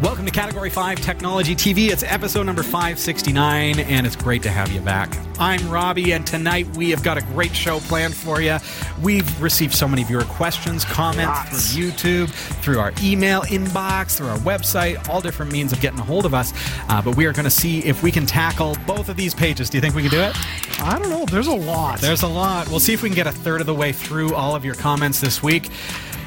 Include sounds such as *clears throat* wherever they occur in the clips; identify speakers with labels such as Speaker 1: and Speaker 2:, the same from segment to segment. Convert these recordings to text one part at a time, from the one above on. Speaker 1: Welcome to Category 5 Technology TV. It's episode number 569, and it's great to have you back. I'm Robbie, and tonight we have got a great show planned for you. We've received so many of your questions, comments through YouTube, through our email inbox, through our website, all different means of getting a hold of us. Uh, but we are going to see if we can tackle both of these pages. Do you think we can do it?
Speaker 2: I don't know. There's a lot.
Speaker 1: There's a lot. We'll see if we can get a third of the way through all of your comments this week.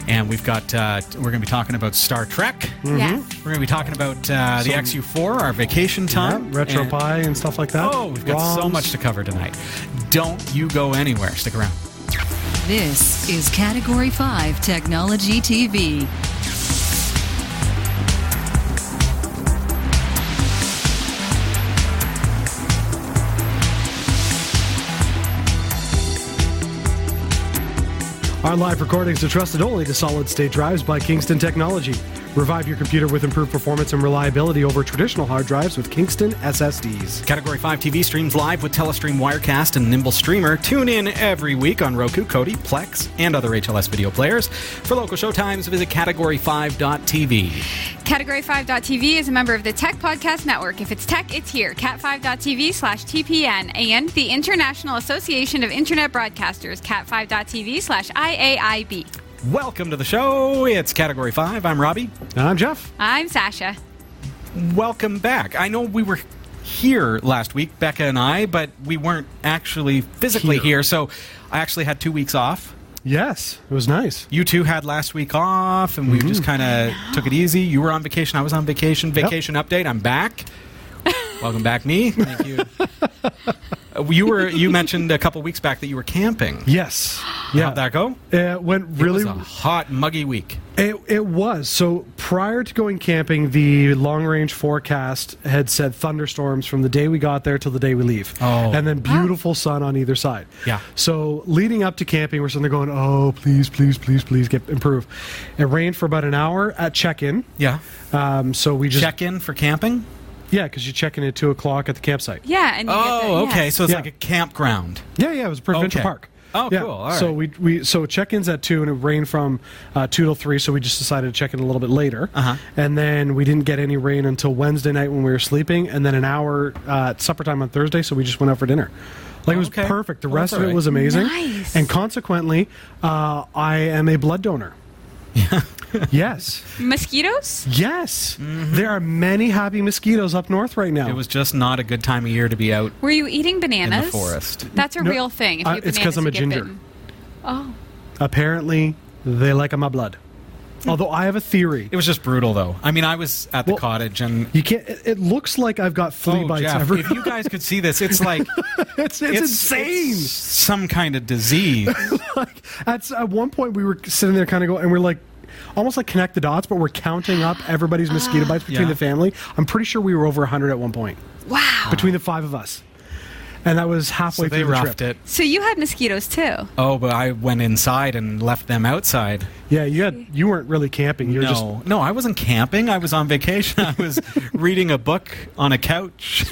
Speaker 1: And we've got, uh, we're going to be talking about Star Trek.
Speaker 3: Yeah.
Speaker 1: We're going to be talking about uh, the
Speaker 2: Some-
Speaker 1: XU4, our vacation
Speaker 2: Yeah,
Speaker 1: time. and-
Speaker 2: RetroPie and stuff like that.
Speaker 1: Oh, we've got so
Speaker 2: ROMs.
Speaker 1: much to cover tonight. Don't you go anywhere. Stick around.
Speaker 4: This is Category 5 Technology TV.
Speaker 2: Our live recordings are trusted only to solid state drives by Kingston Technology. Revive your computer with improved performance and reliability over traditional hard drives with Kingston SSDs.
Speaker 1: Category 5 TV streams live with Telestream Wirecast and Nimble Streamer. Tune in every week on Roku, Kodi, Plex, and other HLS video players. For local showtimes, visit category5.tv.
Speaker 3: Category5.tv is a member of the Tech Podcast Network. If it's tech, it's here. Cat5.tv slash TPN and the International Association of Internet Broadcasters, cat5.tv slash IAIB.
Speaker 1: Welcome to the show. It's Category 5. I'm Robbie.
Speaker 2: And I'm Jeff.
Speaker 3: I'm Sasha.
Speaker 1: Welcome back. I know we were here last week, Becca and I, but we weren't actually physically here.
Speaker 2: Here.
Speaker 1: so I actually had two weeks off.
Speaker 2: Yes, it was nice.
Speaker 1: You two had last week off, and
Speaker 2: Mm-hmm.
Speaker 1: we just kind of took it easy. You were on vacation. I was on vacation. Vacation update. I'm *laughs* back. Welcome back, me. Thank you. *laughs* Uh, you were. You mentioned a couple weeks back that you were camping.
Speaker 2: Yes. Yeah.
Speaker 1: How'd that go?
Speaker 2: It went really.
Speaker 1: It was a hot, muggy week.
Speaker 2: It, it was. So prior to going camping, the long range forecast had said thunderstorms from the day we got there till the day we leave.
Speaker 1: Oh.
Speaker 2: And then beautiful sun on either side.
Speaker 1: Yeah.
Speaker 2: So leading up to camping, we're sitting there going, oh, please, please, please, please get improve. It rained for about an hour at check in.
Speaker 1: Yeah.
Speaker 2: Um, so we just.
Speaker 1: Check in for camping.
Speaker 2: Yeah, because you check in at 2 o'clock at the campsite.
Speaker 3: Yeah. And you get the-
Speaker 1: Oh,
Speaker 3: yeah.
Speaker 1: okay. So it's
Speaker 2: Yeah.
Speaker 1: like a campground.
Speaker 2: Yeah, yeah, it was Provincial
Speaker 1: Okay.
Speaker 2: Park.
Speaker 1: Oh,
Speaker 2: Yeah,
Speaker 1: cool, all
Speaker 2: so
Speaker 1: right.
Speaker 2: we we so check ins at two, and it rained from uh, two till three. So we just decided to check in a little bit later,
Speaker 1: Uh-huh.
Speaker 2: and then we didn't get any rain until Wednesday night when we were sleeping, and then an hour uh, at supper time on Thursday. So we just went out for dinner. Like it was
Speaker 1: Okay.
Speaker 2: perfect. The
Speaker 1: Well, that's
Speaker 2: rest of it
Speaker 1: all right.
Speaker 2: was amazing,
Speaker 3: Nice.
Speaker 2: and consequently, uh, I am a
Speaker 1: *laughs*
Speaker 2: blood donor. yes,
Speaker 3: Mosquitoes?
Speaker 2: yes. There are many happy mosquitoes up north right now.
Speaker 1: Mm-hmm. It was just not a good time of year to be out.
Speaker 3: Were you eating bananas?
Speaker 1: forest.
Speaker 3: That's a
Speaker 2: No,
Speaker 3: real thing. If
Speaker 2: uh,
Speaker 3: you eat
Speaker 2: it's 'cause
Speaker 3: bananas,
Speaker 2: I'm a
Speaker 3: you get
Speaker 2: ginger.
Speaker 3: bitten. Oh.
Speaker 2: apparently they like my blood.
Speaker 1: Hmm.
Speaker 2: Although I have a theory.
Speaker 1: It was just brutal, though. I mean, I was at the
Speaker 2: Well,
Speaker 1: cottage and.
Speaker 2: You can't. It, it looks like I've got flea
Speaker 1: Oh,
Speaker 2: bites
Speaker 1: Jeff,
Speaker 2: every.
Speaker 1: if you guys could see this, it's like
Speaker 2: *laughs* it's, it's, insane.
Speaker 1: it's some kind of disease.
Speaker 2: like at, at one point, we were sitting there, kind of going, and we're like, almost like connect the dots, but we're counting up everybody's mosquito bites between
Speaker 1: Yeah.
Speaker 2: the family. I'm pretty sure we were over 100 at one point
Speaker 3: Wow.
Speaker 2: between the five of us, and that was
Speaker 1: so
Speaker 2: halfway
Speaker 1: they
Speaker 2: through the
Speaker 1: roughed it.
Speaker 2: trip.
Speaker 3: So you had mosquitoes too.
Speaker 1: Oh, but I went inside and left them outside.
Speaker 2: Yeah, you had you weren't really camping. You're *laughs* just
Speaker 1: no, no, I wasn't camping. I was on vacation. *laughs* I was reading a book on a
Speaker 2: *laughs*
Speaker 1: couch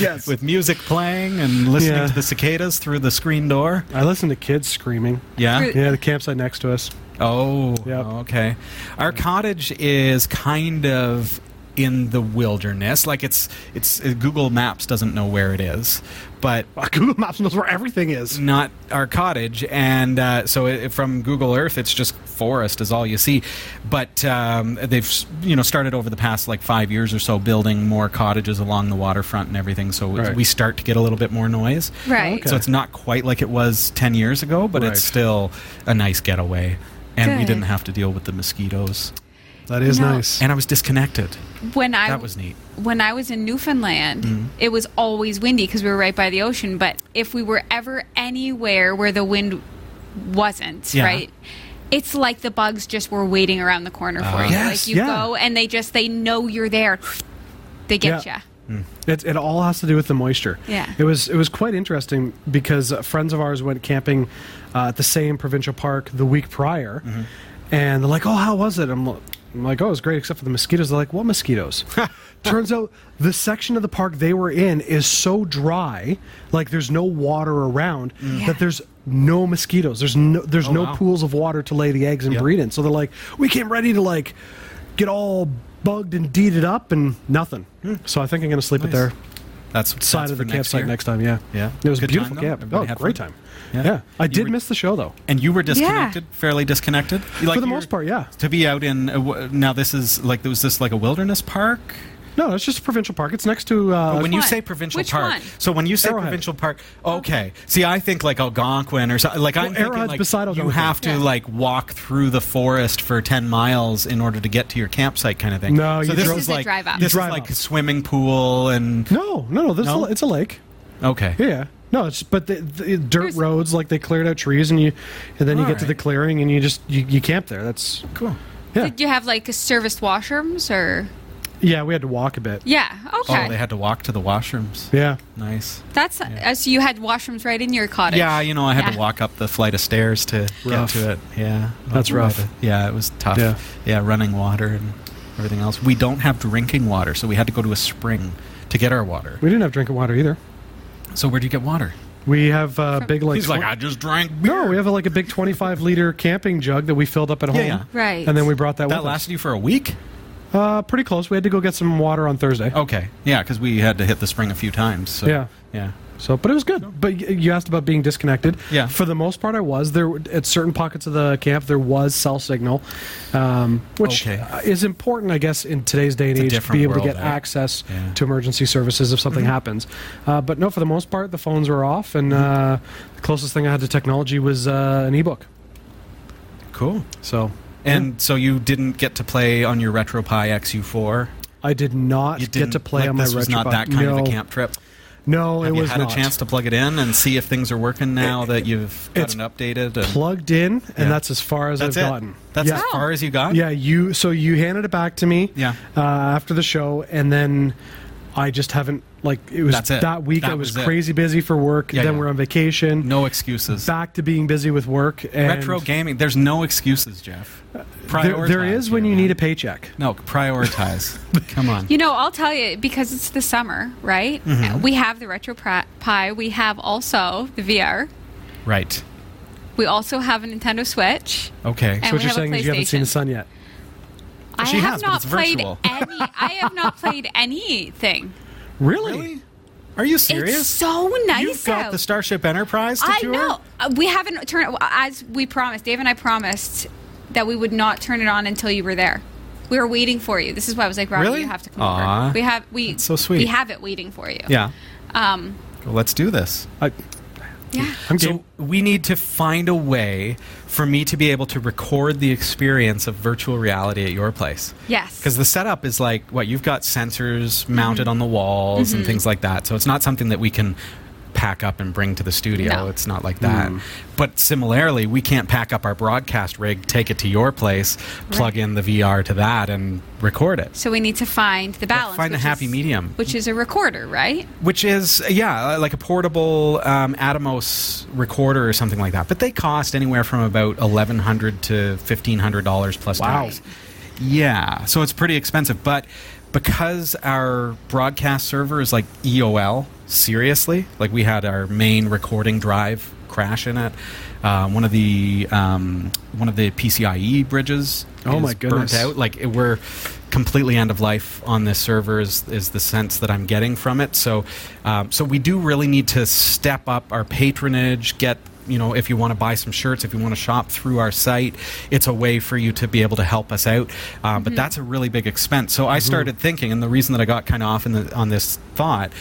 Speaker 2: yes.
Speaker 1: with music playing and listening
Speaker 2: Yeah.
Speaker 1: to the cicadas through the screen door.
Speaker 2: I listened to kids screaming.
Speaker 1: Yeah.
Speaker 3: Through-
Speaker 2: Yeah, the campsite next to us. *laughs*
Speaker 1: Oh,
Speaker 2: Yep.
Speaker 1: okay. Our cottage is kind of in the wilderness. Like it's it's uh, Google Maps doesn't know where it is, but
Speaker 2: Google Maps knows where everything is.
Speaker 1: not our cottage, and uh, so it, from Google Earth, it's just forest is all you see. But um, they've you know started over the past like five years or so building more cottages along the waterfront and everything. So
Speaker 2: Right.
Speaker 1: we start to get a little bit more noise.
Speaker 3: Right.
Speaker 2: Okay.
Speaker 1: So it's not quite like it was ten years ago, but
Speaker 2: Right.
Speaker 1: it's still a nice getaway, and we
Speaker 3: Good.
Speaker 1: didn't have to deal with the mosquitoes.
Speaker 2: That is
Speaker 3: No.
Speaker 2: nice.
Speaker 1: And I was disconnected.
Speaker 3: When I
Speaker 1: That was neat. Mm-hmm.
Speaker 3: When I was in Newfoundland, it was always windy because we were right by the ocean. But if we were ever anywhere where the wind wasn't,
Speaker 1: Yeah.
Speaker 3: right? It's like the bugs just were waiting around the corner for
Speaker 1: Uh-huh.
Speaker 3: you.
Speaker 2: Yes,
Speaker 3: like you
Speaker 2: yeah.
Speaker 3: go and they just they know you're there. They get
Speaker 2: Yeah.
Speaker 3: ya.
Speaker 2: It, it all has to do with the moisture.
Speaker 3: Yeah.
Speaker 2: It was it was quite interesting because uh, friends of ours went camping uh, at the same provincial park the week prior,
Speaker 1: Mm-hmm.
Speaker 2: and they're like, "Oh, how was it?" I'm, li- I'm like, "Oh, it was great, except for the mosquitoes." They're like,
Speaker 1: *laughs*
Speaker 2: "What mosquitoes?" Turns out the section of the park they were in is so dry, like there's no water around
Speaker 3: Yeah.
Speaker 2: that there's no mosquitoes. There's no there's no
Speaker 1: Mm. Oh, wow.
Speaker 2: pools of water to lay the eggs and
Speaker 1: Yeah.
Speaker 2: breed in. So they're like, "We came ready to like get all bugged and deeded up and nothing. So I think I'm going to sleep at
Speaker 1: Hmm. Nice.
Speaker 2: their
Speaker 1: That's
Speaker 2: side
Speaker 1: that's
Speaker 2: of the
Speaker 1: for next
Speaker 2: campsite
Speaker 1: year.
Speaker 2: next time. Yeah,
Speaker 1: Yeah.
Speaker 2: It was
Speaker 1: Good
Speaker 2: a
Speaker 1: time,
Speaker 2: beautiful
Speaker 1: though?
Speaker 2: camp.
Speaker 1: Everybody
Speaker 2: Oh,
Speaker 1: had
Speaker 2: great
Speaker 1: fun?
Speaker 2: time.
Speaker 1: Yeah.
Speaker 2: Yeah, I
Speaker 1: You
Speaker 2: did
Speaker 1: were-
Speaker 2: miss the show though.
Speaker 1: And you were disconnected, fairly disconnected. You like
Speaker 2: For the
Speaker 1: you
Speaker 2: most
Speaker 1: were-
Speaker 2: part, yeah.
Speaker 1: To be out in uh, w- now, this is like was this like a wilderness park?
Speaker 2: No, it's just a provincial park. It's next to uh,
Speaker 1: But when you
Speaker 3: one?
Speaker 1: say provincial
Speaker 3: Which
Speaker 1: park,
Speaker 3: one? Oh.
Speaker 1: so when you say
Speaker 2: Arrowhead.
Speaker 1: provincial park, okay. See, I think like Algonquin or something. Like I'm thinking
Speaker 2: Arrowhead's
Speaker 1: like
Speaker 2: beside
Speaker 1: you
Speaker 2: Algonquin.
Speaker 1: have to
Speaker 3: Yeah.
Speaker 1: like walk through the forest for ten miles in order to get to your campsite, kind of thing.
Speaker 2: No,
Speaker 1: so
Speaker 2: you
Speaker 1: this is
Speaker 2: drove-
Speaker 3: This is a
Speaker 1: like
Speaker 3: drive up.
Speaker 1: this is
Speaker 2: Drive
Speaker 1: like
Speaker 2: up.
Speaker 1: a swimming pool and
Speaker 2: no, no, no. This
Speaker 1: No?
Speaker 2: Is a, it's a lake.
Speaker 1: okay.
Speaker 2: Yeah, yeah. No, it's but the, the dirt
Speaker 3: There's-
Speaker 2: roads like they cleared out trees and you, and then you get to
Speaker 1: Alright.
Speaker 2: the clearing and you just you, you camp there. That's
Speaker 1: Cool.
Speaker 2: yeah,
Speaker 3: Did you have like serviced washrooms or?
Speaker 2: yeah. We had to walk a bit.
Speaker 3: Yeah. Okay.
Speaker 1: Oh, they had to walk to the washrooms.
Speaker 2: Yeah,
Speaker 1: Nice.
Speaker 3: That's uh, so you had washrooms right in your cottage.
Speaker 1: Yeah, you know, I had to
Speaker 3: Yeah.
Speaker 1: walk up the flight of stairs to
Speaker 2: Rough.
Speaker 1: get to it. Yeah,
Speaker 2: That's rough.
Speaker 1: Yeah, it was tough. Yeah.
Speaker 2: Yeah.
Speaker 1: running water and everything else. We don't have drinking water, so we had to go to a spring to get our water.
Speaker 2: we didn't have drinking water either.
Speaker 1: So where do you get water?
Speaker 2: We have uh, big like
Speaker 1: He's like,
Speaker 2: twen-
Speaker 1: I just drank beer.
Speaker 2: no, we have like a big twenty-five liter camping jug that we filled up at home.
Speaker 1: yeah.
Speaker 3: Right.
Speaker 2: And then we brought that.
Speaker 1: that
Speaker 2: with
Speaker 1: lasted you for a week.
Speaker 2: Us. Uh, pretty close. We had to go get some water on Thursday.
Speaker 1: Okay, yeah, because we had to hit the spring a few times. So,
Speaker 2: Yeah.
Speaker 1: yeah.
Speaker 2: So, but it was good. But y- you asked about being disconnected.
Speaker 1: Yeah.
Speaker 2: For the most part, I was there. w- At certain pockets of the camp, there was cell signal, um, which
Speaker 1: Okay.
Speaker 2: uh, is important, I guess, in today's day and
Speaker 1: It's a
Speaker 2: age to
Speaker 1: different
Speaker 2: be able
Speaker 1: world,
Speaker 2: to get
Speaker 1: eh?
Speaker 2: access
Speaker 1: Yeah. Mm-hmm.
Speaker 2: to emergency services if something happens. Uh, but no, for the most part, the phones were off, and
Speaker 1: Mm-hmm.
Speaker 2: uh, the closest thing I had to technology was uh, an ebook.
Speaker 1: Cool.
Speaker 2: So.
Speaker 1: And so you didn't get to play on your RetroPie XU4.
Speaker 2: I did not
Speaker 1: You
Speaker 2: get
Speaker 1: didn't-
Speaker 2: to play
Speaker 1: like,
Speaker 2: on my
Speaker 1: this was not
Speaker 2: Retrobox.
Speaker 1: that kind
Speaker 2: no,
Speaker 1: of a camp trip.
Speaker 2: No,
Speaker 1: Have
Speaker 2: it
Speaker 1: you
Speaker 2: was
Speaker 1: had
Speaker 2: not.
Speaker 1: a chance to plug it in and see if things are working now that you've
Speaker 2: it's
Speaker 1: gotten updated? And
Speaker 2: plugged in, and
Speaker 1: Yeah.
Speaker 2: that's as far as
Speaker 1: that's
Speaker 2: I've
Speaker 1: it.
Speaker 2: gotten.
Speaker 1: That's
Speaker 2: yeah.
Speaker 1: as far as you got.
Speaker 2: Yeah, you. So you handed it back to me.
Speaker 1: Yeah.
Speaker 2: Uh, after the show, and then I just haven't like it was
Speaker 1: That's it.
Speaker 2: that week.
Speaker 1: That
Speaker 2: I was,
Speaker 1: was it.
Speaker 2: crazy busy for work.
Speaker 1: Yeah,
Speaker 2: then
Speaker 1: yeah.
Speaker 2: we're on vacation.
Speaker 1: No excuses.
Speaker 2: Back to being busy with work. And
Speaker 1: Retro gaming. There's no excuses, Jeff.
Speaker 2: Uh, There,
Speaker 1: Prioritize.
Speaker 2: there is when
Speaker 1: here,
Speaker 2: you
Speaker 1: man.
Speaker 2: need a paycheck.
Speaker 1: No,
Speaker 2: *laughs*
Speaker 1: prioritize. Come on.
Speaker 3: You know, I'll tell you because it's the summer, right?
Speaker 1: Mm-hmm.
Speaker 3: We have the retro pri- pie. We have also the VR.
Speaker 1: Right.
Speaker 3: We also have a Nintendo Switch.
Speaker 1: Okay.
Speaker 3: And
Speaker 2: So what
Speaker 3: we
Speaker 2: you're
Speaker 3: have a
Speaker 2: saying is you haven't seen the
Speaker 3: PlayStation.
Speaker 2: sun yet.
Speaker 3: I
Speaker 1: she
Speaker 3: have
Speaker 1: has, but
Speaker 3: not
Speaker 1: it's
Speaker 3: played
Speaker 1: virtual.
Speaker 3: any. I have not
Speaker 1: *laughs*
Speaker 3: played anything.
Speaker 1: really? Are you serious?
Speaker 3: It's so nice
Speaker 1: You've got
Speaker 3: out.
Speaker 1: the Starship Enterprise to
Speaker 3: I
Speaker 1: tour?
Speaker 3: know. Uh, We haven't turned as we promised. Dave and I promised that we would not turn it on until you were there. We were waiting for you. This is why I was like, Robbie,
Speaker 1: Really?
Speaker 3: you have to come
Speaker 1: Aw.
Speaker 3: over. We have we
Speaker 1: That's so sweet.
Speaker 3: We have it waiting for you.
Speaker 1: Yeah.
Speaker 3: Um.
Speaker 1: Well, let's do this.
Speaker 2: I,
Speaker 3: Yeah.
Speaker 2: I'm game.
Speaker 1: So we need to find a way for me to be able to record the experience of virtual reality at your place.
Speaker 3: Yes. Mm-hmm.
Speaker 1: Because the setup is like what you've got sensors mounted on the walls and things like that. So it's not something that we can pack up and bring to the studio.
Speaker 3: No.
Speaker 1: It's not like that. But similarly, we can't pack up our broadcast rig, take it to your place, plug
Speaker 3: Right.
Speaker 1: in the VR to that, and record it.
Speaker 3: So we need to find the balance.
Speaker 1: find the
Speaker 3: which
Speaker 1: happy
Speaker 3: is-
Speaker 1: medium.
Speaker 3: which is a recorder, right?
Speaker 1: which is yeah like a portable um, atomos recorder or something like that but they cost anywhere from about 1100 to $1500 plus
Speaker 2: Wow.
Speaker 1: tax yeah so it's pretty expensive but because our broadcast server is like eol seriously like we had our main recording drive crash in it uh, one of the um, one of the pcie E bridges
Speaker 2: Oh
Speaker 1: is
Speaker 2: my
Speaker 1: burnt
Speaker 2: goodness.
Speaker 1: out like it, we're completely end of life on this server is, is the sense that I'm getting from it. So, um, so we do really need to step up our patronage. Get you know if you want to buy some shirts, if you want to shop through our site, it's a way for you to be able to help us out. Um,
Speaker 3: Mm-hmm.
Speaker 1: But that's a really big expense. So I started thinking, and the reason that I got kind of off in the, on this thought.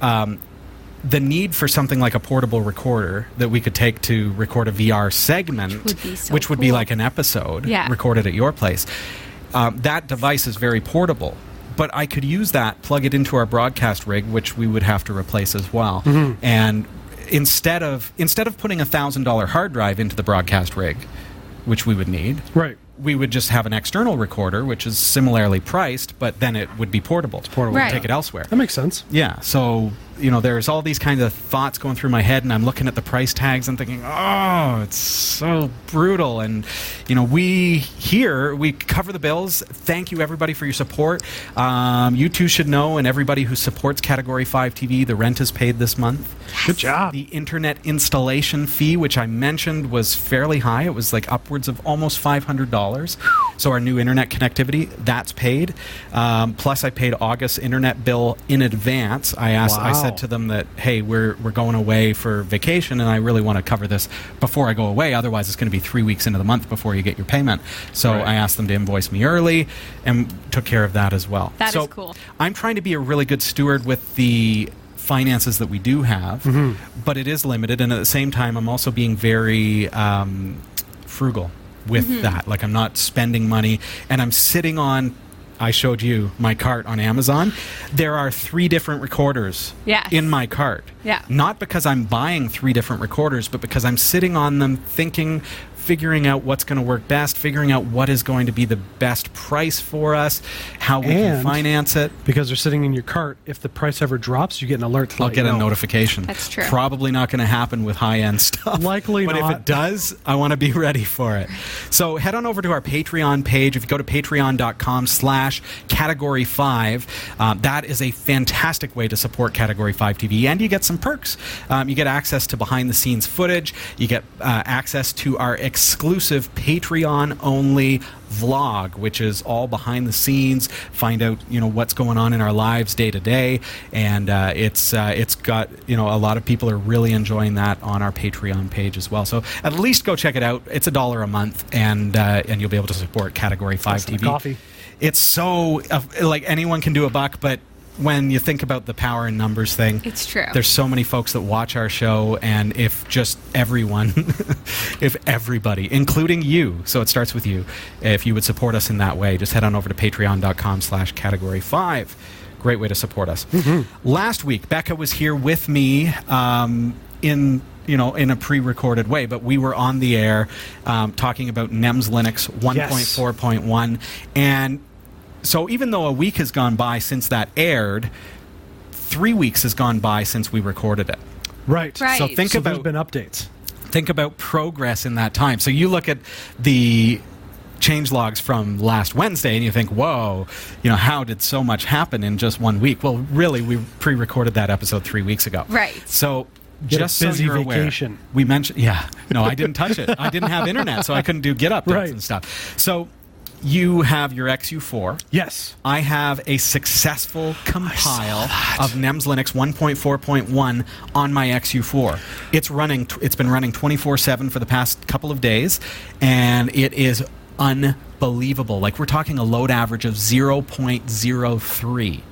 Speaker 1: Um, the need for something like a portable recorder that we could take to record a VR segment, which
Speaker 3: would be so
Speaker 1: which would be
Speaker 3: cool.
Speaker 1: like an episode
Speaker 3: Yeah.
Speaker 1: recorded at your place. Um, that device is very portable, but I could use that, plug it into our broadcast rig, which we would have to replace as well.
Speaker 2: Mm-hmm.
Speaker 1: And instead of instead of putting a thousand dollar hard drive into the broadcast rig, which we would need,
Speaker 2: right.
Speaker 1: we would just have an external recorder, which is similarly priced, but then it would be portable. It's
Speaker 2: portable,
Speaker 3: Right.
Speaker 1: Take it elsewhere.
Speaker 2: That makes sense.
Speaker 1: Yeah. So, you know, there's all these kinds of thoughts going through my head, and I'm looking at the price tags and thinking, oh, it's so brutal. And, you know, we here, we cover the bills. Thank you, everybody, for your support. Um, you two should know, and everybody who supports Category 5 TV, the rent is paid this month.
Speaker 2: Good job.
Speaker 1: The internet installation fee, which I mentioned, was fairly high. It was like upwards of almost $500. So our new internet connectivity that's paid. Um, plus, I paid August internet bill in advance. I asked. I
Speaker 2: Wow.
Speaker 1: said to them that hey, we're we're going away for vacation, and I really want to cover this before I go away. Otherwise, it's going to be three weeks into the month before you get your payment. So
Speaker 2: Right.
Speaker 1: I asked them to invoice me early, and took care of that as well.
Speaker 3: That
Speaker 1: That is
Speaker 3: is cool.
Speaker 1: I'm trying to be a really good steward with the finances that we do have, but it is limited. And at the same time, I'm also being very um, frugal with
Speaker 3: Mm-hmm.
Speaker 1: that. Like, I'm not spending money and I'm sitting on. I showed you my cart on Amazon. There are three different recorders
Speaker 3: Yes.
Speaker 1: in my cart.
Speaker 3: Yeah.
Speaker 1: Not because I'm buying three different recorders, but because I'm sitting on them thinking, figuring out what's going to work best, figuring out what is going to be the best price for us, how we can
Speaker 2: And-
Speaker 1: finance it.
Speaker 2: because they're sitting in your cart. If the price ever drops, you get an alert. To
Speaker 1: I'll
Speaker 2: let
Speaker 1: get a
Speaker 2: you know.
Speaker 1: notification.
Speaker 3: That's true.
Speaker 1: Probably not going to happen with high end stuff.
Speaker 2: Likely
Speaker 1: but if
Speaker 2: not.
Speaker 1: it does, I want to be ready for it. So head on over to our Patreon page. If you go to patreon.com slash category five, um, that is a fantastic way to support Category 5 TV. And you get some perks. Um, you get access to behind the scenes footage, you get uh, access to our exclusive Patreon only vlog which is all behind the scenes find out you know what's going on in our lives day to day and uh, it's uh, it's got you know a lot of people are really enjoying that on our patreon page as well so at least go check it out it's a dollar a month and uh, and you'll be able to support category 5
Speaker 2: than a
Speaker 1: tv
Speaker 2: coffee.
Speaker 1: it's so uh, like anyone can do a buck but when you think about the power in numbers thing
Speaker 3: It's true.
Speaker 1: there's so many folks that watch our show and if just everyone *laughs* if everybody including you so it starts with you if you would support us in that way just head on over to patreon.com slash category 5 great way to support us last week becca was here with me um, in you know in a pre-recorded way but we were on the air um, talking about nems linux 1.4.1 and so even though a week has gone by since that aired three weeks has gone by since we recorded it.
Speaker 2: Right.
Speaker 3: Right.
Speaker 1: So think
Speaker 2: So there's
Speaker 1: about
Speaker 2: been updates.
Speaker 1: think about progress in that time. So you look at the change logs from last Wednesday and you think, "Whoa, you know, how did so much happen in just one week?" Well, really, we pre-recorded that episode three weeks ago.
Speaker 3: Right.
Speaker 1: So.
Speaker 2: Get a
Speaker 1: Just so
Speaker 2: busy
Speaker 1: you're
Speaker 2: vacation.
Speaker 1: aware, we mentioned. Yeah, no, I didn't touch it. I didn't have internet, so I couldn't do get updates *laughs*
Speaker 2: Right.
Speaker 1: and stuff. So, you have your XU4.
Speaker 2: Yes.
Speaker 1: I have a successful compile of NEMS Linux 1.4.1 on my XU4. It's running. T- it's been running 24/7 for the past couple of days, and it is unbelievable. Like we're talking a load average of 0.03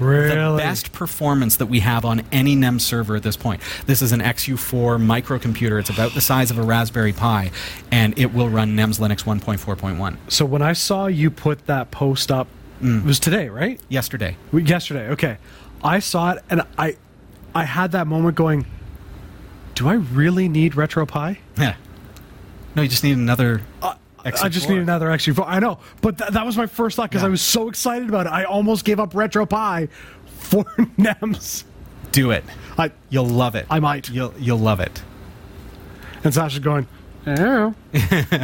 Speaker 2: Really.
Speaker 1: the best performance that we have on any NEM server at this point. This is an XU4 microcomputer. It's about the size of a Raspberry Pi, and it will run NEMS Linux 1.4.1.
Speaker 2: So when I saw you put that post up,
Speaker 1: Mm.
Speaker 2: it was today, right?
Speaker 1: Yesterday.
Speaker 2: We- Yesterday. Okay. I saw it and I, I had that moment going. Do I really need RetroPie?
Speaker 1: Yeah. No, you just need another.
Speaker 2: I just need another XU4. I know, but th- that was my first thought because
Speaker 1: Yeah.
Speaker 2: I was so excited about it. I almost gave up RetroPie for *laughs* NEMS.
Speaker 1: Do it.
Speaker 2: I
Speaker 1: You'll love it.
Speaker 2: I might.
Speaker 1: You'll you'll love it. *laughs*
Speaker 2: and Sasha's going. Oh.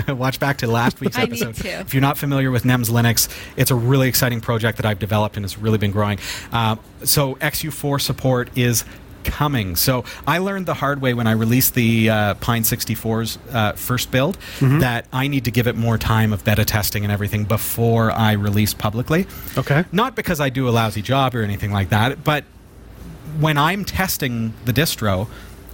Speaker 1: Watch back to last week's
Speaker 3: *laughs* I need
Speaker 1: episode.
Speaker 3: to.
Speaker 1: If you're not familiar with NEMS Linux, it's a really exciting project that I've developed and it's really been growing. Um, so XU4 support is coming. So I learned the hard way when I released the uh, Pine 64's uh, first build
Speaker 2: Mm-hmm.
Speaker 1: that I need to give it more time of beta testing and everything before I release publicly.
Speaker 2: Okay.
Speaker 1: *laughs* Not because I do a lousy job or anything like that, but when I'm testing the distro,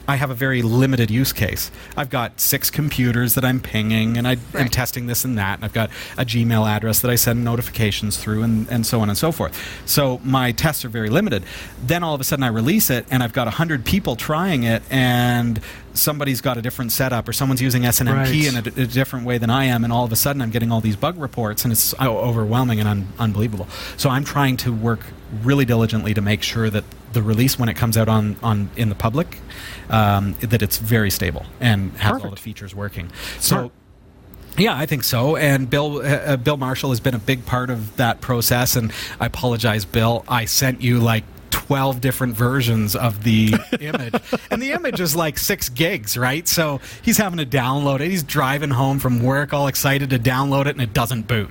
Speaker 1: I have a very limited use case. I've got six computers that I'm pinging, and I am
Speaker 3: Right.
Speaker 1: testing this and that, and I've got a Gmail address that I send notifications through, and, and so on and so forth. So my tests are very limited. Then all of a sudden I release it, and I've got 100 people trying it, and somebody's got a different setup, or someone's using SNMP
Speaker 2: Right.
Speaker 1: in a, d- a different way than I am, and all of a sudden I'm getting all these bug reports, and it's o- overwhelming and un- unbelievable. So I'm trying to work really diligently to make sure that the release, when it comes out on, on in the public, um, that it's very stable and has all
Speaker 2: Perfect.
Speaker 1: the features working.
Speaker 2: Smart.
Speaker 1: So. Yeah, I think so. And Bill uh, uh, Bill Marshall has been a big part of that process. And I apologize, Bill. I sent you like. 12 different versions of the image. And the image is like six gigs, right? So he's having to download it. He's driving home from work all excited to download it and it doesn't boot.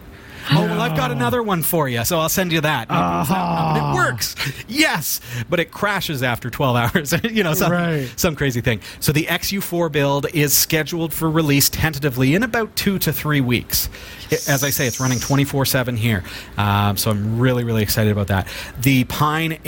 Speaker 1: Oh, well, I've got another one for you, so I'll send you that. And he opens that one up, and it works. Yes, but it crashes after 12 *laughs* hours. you know, some,
Speaker 5: Right.
Speaker 1: some crazy thing. So the XU4 build is scheduled for release tentatively in about two to three weeks. I- As I say, it's running 24 7 here. Um, so I'm really, really excited about that. The Pine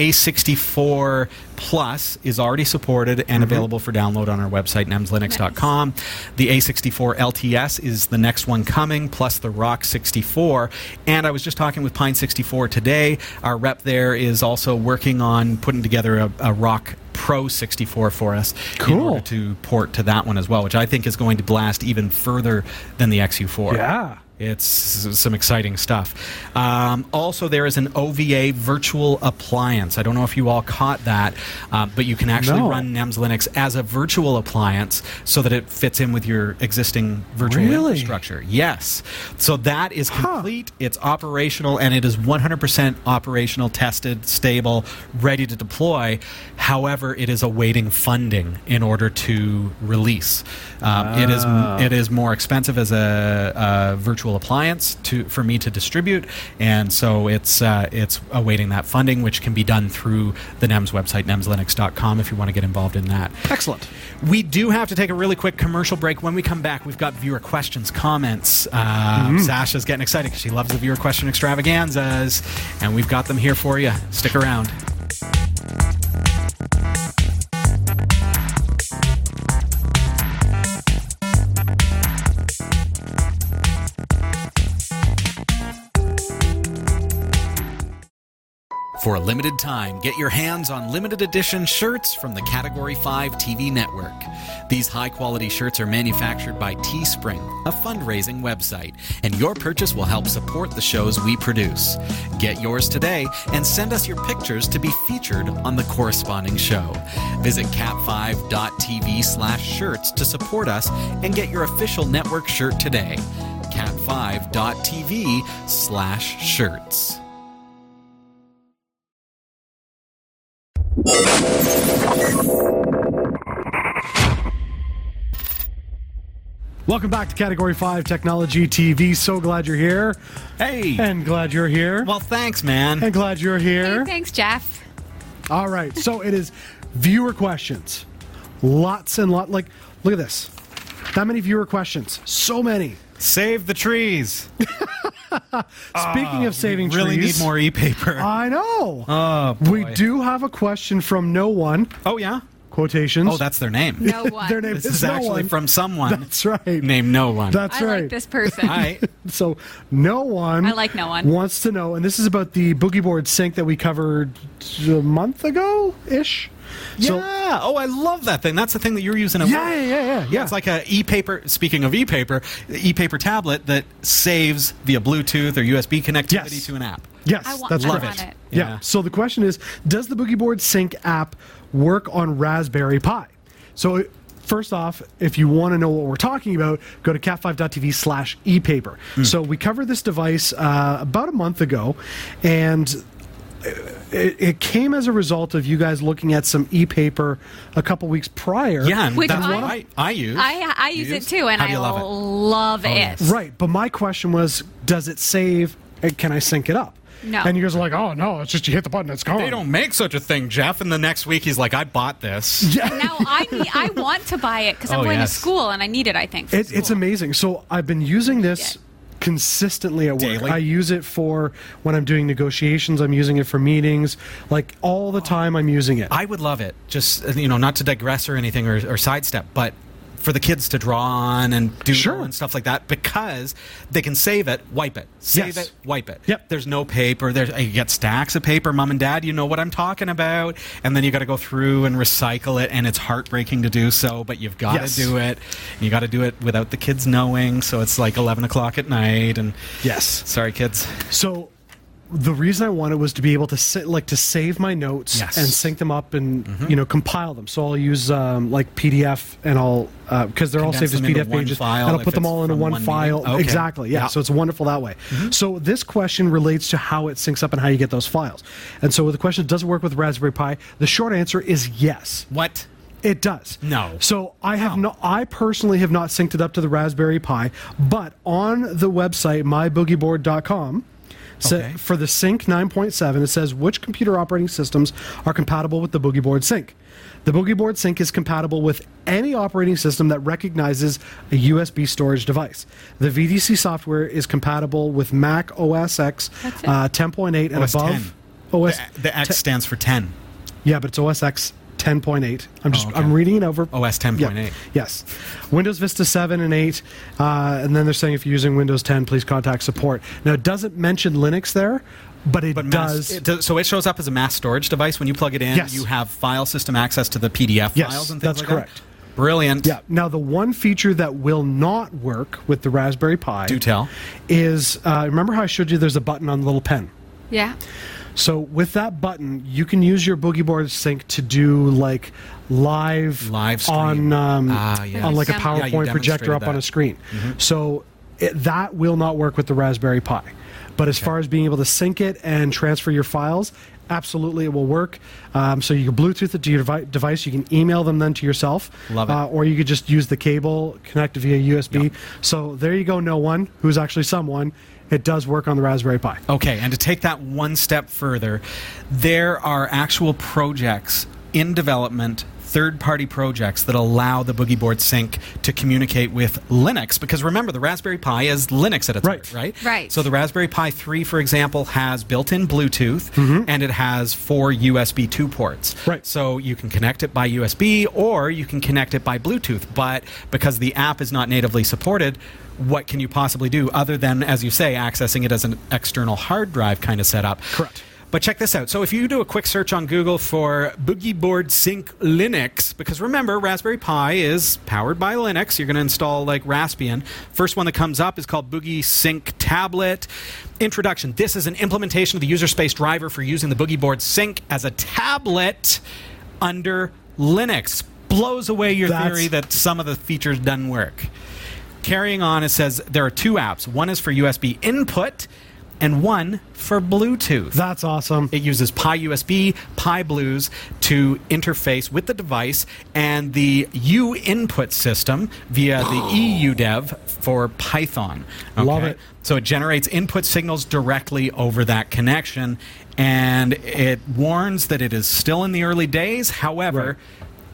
Speaker 1: A64 Plus is already supported and available for download on our website, nemslinux.com. The A64 LTS is the next one coming, plus the Rock 64. And I was just talking with Pine 64 today. Our rep there is also working on putting together a, a Rock Pro 64 for us in
Speaker 2: Cool.
Speaker 1: order to port to that one as well, which I think is going to blast even further than the XU4.
Speaker 2: Yeah.
Speaker 1: It's s- some exciting stuff. Um, also, there is an OVA virtual appliance. I don't know if you all caught that, uh, but you can actually
Speaker 2: No.
Speaker 1: run NEMS Linux as a virtual appliance so that it fits in with your existing virtual
Speaker 2: Really?
Speaker 1: infrastructure. Yes. So that is complete, it's operational, and it is 100% operational, tested, stable, ready to deploy. However, it is awaiting funding in order to release. Um, It is it is more expensive as a, a virtual appliance to for me to distribute, and so it's uh, it's awaiting that funding, which can be done through the NEMS website, nemslinux.com, if you want to get involved in that.
Speaker 2: Excellent.
Speaker 1: We do have to take a really quick commercial break. When we come back, we've got viewer questions, comments. Um, Sasha's getting excited because she loves the viewer question extravaganzas, and we've got them here for you. Stick around. For a limited time, get your hands on limited edition shirts from the Category 5 TV network. These high quality shirts are manufactured by Teespring, a fundraising website, and your purchase will help support the shows we produce. Get yours today and send us your pictures to be featured on the corresponding show. Visit cat5.tv slash shirts to support us and get your official network shirt today. cat5.tv slash shirts.
Speaker 2: Welcome back to Category 5 Technology TV. So glad you're here.
Speaker 1: Hey!
Speaker 2: And glad you're here.
Speaker 1: Well, thanks, man.
Speaker 2: And glad you're
Speaker 3: Hey,
Speaker 2: here. *laughs*
Speaker 3: thanks, Jeff.
Speaker 2: All right. So it is viewer questions. Lots and lot. Like, look at this. That many viewer questions. So many.
Speaker 1: Save the trees.
Speaker 2: Speaking of saving
Speaker 1: Ah, Really
Speaker 2: trees,
Speaker 1: need more Oh, e-paper.
Speaker 2: I know. we do have a question from no one.
Speaker 1: oh yeah.
Speaker 2: Quotations.
Speaker 1: Oh, that's their name.
Speaker 3: No one.
Speaker 2: their name
Speaker 1: This
Speaker 2: is,
Speaker 1: is
Speaker 2: no
Speaker 1: actually
Speaker 2: one.
Speaker 1: from someone.
Speaker 2: That's right.
Speaker 1: Named no one. *laughs*
Speaker 2: That's
Speaker 3: I
Speaker 2: right.
Speaker 3: like this person.
Speaker 1: All right.
Speaker 2: So no one.
Speaker 3: I like no one.
Speaker 2: Wants to know, and this is about the boogie board sync that we covered a month ago ish.
Speaker 1: yeah. Oh, I love that thing. That's the thing that you're using. At
Speaker 2: Yeah,
Speaker 1: work.
Speaker 2: yeah, yeah, yeah, yeah.
Speaker 1: It's like a e-paper. Speaking of e-paper, the e-paper tablet that saves via Bluetooth or USB connectivity
Speaker 2: Yes.
Speaker 1: to an app.
Speaker 2: Yes,
Speaker 3: I want
Speaker 2: that's
Speaker 3: that
Speaker 2: correct.
Speaker 3: on it.
Speaker 2: Yeah.
Speaker 1: Yeah.
Speaker 2: So the question is, does the Boogie Board Sync app work on Raspberry Pi? So uh, first off, if you want to know what we're talking about, go to cat5.tv slash ePaper.
Speaker 1: Hmm.
Speaker 2: So we covered this device uh, about a month ago, and uh, it, it came as a result of you guys looking at some ePaper a couple weeks prior.
Speaker 1: Yeah, and
Speaker 3: Which
Speaker 1: that's
Speaker 3: I-
Speaker 1: what I, I use.
Speaker 3: I, I
Speaker 1: You
Speaker 3: use it too, and
Speaker 1: How do
Speaker 3: I
Speaker 1: you love it? Oh,
Speaker 3: love it.
Speaker 2: Right, but my question was, does it save? And can I sync it up?
Speaker 3: No.
Speaker 2: And you guys are like, oh no, it's just you hit the button, it's gone.
Speaker 1: They don't make such a thing, Jeff. And the next week, he's like, "I bought this."
Speaker 3: And now I need,
Speaker 1: *laughs*
Speaker 3: I want to buy it because
Speaker 1: Oh,
Speaker 3: I'm going
Speaker 1: yes.
Speaker 3: to school and I need it. I think for
Speaker 2: It, it's
Speaker 3: school.
Speaker 2: amazing. So I've been using this
Speaker 3: Yeah.
Speaker 2: consistently at work.
Speaker 1: Daily?
Speaker 2: I use it for when I'm doing negotiations. I'm using it for meetings. Like all the time, I'm using it.
Speaker 1: I would love it. Just uh, you know, not to digress or anything or, or sidestep, but for the kids to draw on and do
Speaker 2: Sure.
Speaker 1: and stuff like that because they can save it, wipe it, save
Speaker 2: Yes.
Speaker 1: it, wipe it.
Speaker 2: Yep.
Speaker 1: There's no paper. There's you get stacks of paper. Mom and dad, you know what I'm talking about, and then you got to go through and recycle it, and it's heartbreaking to do so, but you've got to
Speaker 2: Yes.
Speaker 1: do it. You got to do it without the kids knowing. So it's like 11 o'clock at night, and
Speaker 2: Yes.
Speaker 1: sorry kids.
Speaker 2: So the reason I wanted was to be able to sit, like to save my notes
Speaker 1: Yes. Mm-hmm.
Speaker 2: and sync them up and you know compile them. So I'll use um, like PDF and I'll because they're all
Speaker 1: Condense
Speaker 2: saved as
Speaker 1: them into
Speaker 2: PDF
Speaker 1: one
Speaker 2: pages
Speaker 1: file
Speaker 2: and I'll
Speaker 1: if
Speaker 2: put them
Speaker 1: it's
Speaker 2: all into
Speaker 1: from
Speaker 2: one,
Speaker 1: one meeting.
Speaker 2: file.
Speaker 1: Okay.
Speaker 2: Exactly.
Speaker 1: Yeah.
Speaker 2: Yeah.
Speaker 1: Mm-hmm.
Speaker 2: So it's wonderful that way. So this question relates to how it syncs up and how you get those files. And so the question does it work with Raspberry Pi? The short answer is yes.
Speaker 1: What?
Speaker 2: It does.
Speaker 1: No.
Speaker 2: So I have not. I personally have not synced it up to the Raspberry Pi, but on the website myboogieBoard.com. sa-
Speaker 1: Okay.
Speaker 2: For the Sync 9.7, it says which computer operating systems are compatible with the Boogie Board Sync. The Boogie Board Sync is compatible with any operating system that recognizes a USB storage device. The VDC software is compatible with Mac OS X
Speaker 3: That's it.
Speaker 2: uh, 10.8 and
Speaker 1: OS
Speaker 2: above.
Speaker 1: 10.
Speaker 2: OS
Speaker 1: The, the X stands for 10.
Speaker 2: yeah, but it's OS X 10.8. I'm just
Speaker 1: Oh, okay.
Speaker 2: I'm reading it over.
Speaker 1: OS 10.8.
Speaker 2: Yeah. Yes. Windows Vista 7 and 8. Uh, and then they're saying if you're using Windows 10, please contact support. Now, it doesn't mention Linux there, but it
Speaker 1: But mass-
Speaker 2: does.
Speaker 1: it does- so it shows up as a mass storage device when you plug it in.
Speaker 2: Yes.
Speaker 1: You have file system access to the PDF
Speaker 2: Yes,
Speaker 1: files and things
Speaker 2: that's
Speaker 1: like
Speaker 2: correct.
Speaker 1: that. Brilliant.
Speaker 2: yeah. Now, the one feature that will not work with the Raspberry Pi
Speaker 1: Do tell.
Speaker 2: is uh, remember how I showed you there's a button on the little pen?
Speaker 3: Yeah.
Speaker 2: So with that button, you can use your Boogie Board Sync to do like live
Speaker 1: Live stream.
Speaker 2: on um,
Speaker 1: Ah, yes.
Speaker 2: on like a
Speaker 3: Yeah, you
Speaker 2: PowerPoint projector
Speaker 1: demonstrated
Speaker 2: up on
Speaker 1: that. Mm-hmm.
Speaker 2: a screen. So it, that will not work with the Raspberry Pi. But as far as being able to sync it and transfer your files, absolutely it will work. Um, so you can Bluetooth it to your devi- device. You can email them then to yourself.
Speaker 1: Love it.
Speaker 2: Uh, or you could just use the cable, connect via USB. So there you go, no one, who's actually someone. It does work on the Raspberry Pi.
Speaker 1: Okay, and to take that one step further, there are actual projects in development, third party projects that allow the Boogie Board Sync to communicate with Linux. Because remember, the Raspberry Pi is Linux at its
Speaker 2: Right.
Speaker 1: heart, right?
Speaker 3: Right.
Speaker 1: So the Raspberry Pi 3, for example, has built in Bluetooth and it has four USB 2 ports.
Speaker 2: Mm-hmm. Right.
Speaker 1: So you can connect it by USB or you can connect it by Bluetooth. But because the app is not natively supported, what can you possibly do other than, as you say, accessing it as an external hard drive kind of setup?
Speaker 2: Correct.
Speaker 1: But check this out. So if you do a quick search on Google for Boogie Board Sync Linux, because remember, Raspberry Pi is powered by Linux. You're going to install like Raspbian. First one that comes up is called Boogie Sync Tablet. Introduction. This is an implementation of the user space driver for using the Boogie Board Sync as a tablet under Linux. Blows away your
Speaker 2: That's-
Speaker 1: theory that some of the features doesn't work. Carrying on, it says there are two apps. One is for USB input and one for Bluetooth.
Speaker 2: That's awesome.
Speaker 1: It uses Pi USB, Pi Blues to interface with the device and the U input system via the EUDEV for Python.
Speaker 2: Oh. Love it.
Speaker 1: So it generates input signals directly over that connection, and it warns that it is still in the early days. However,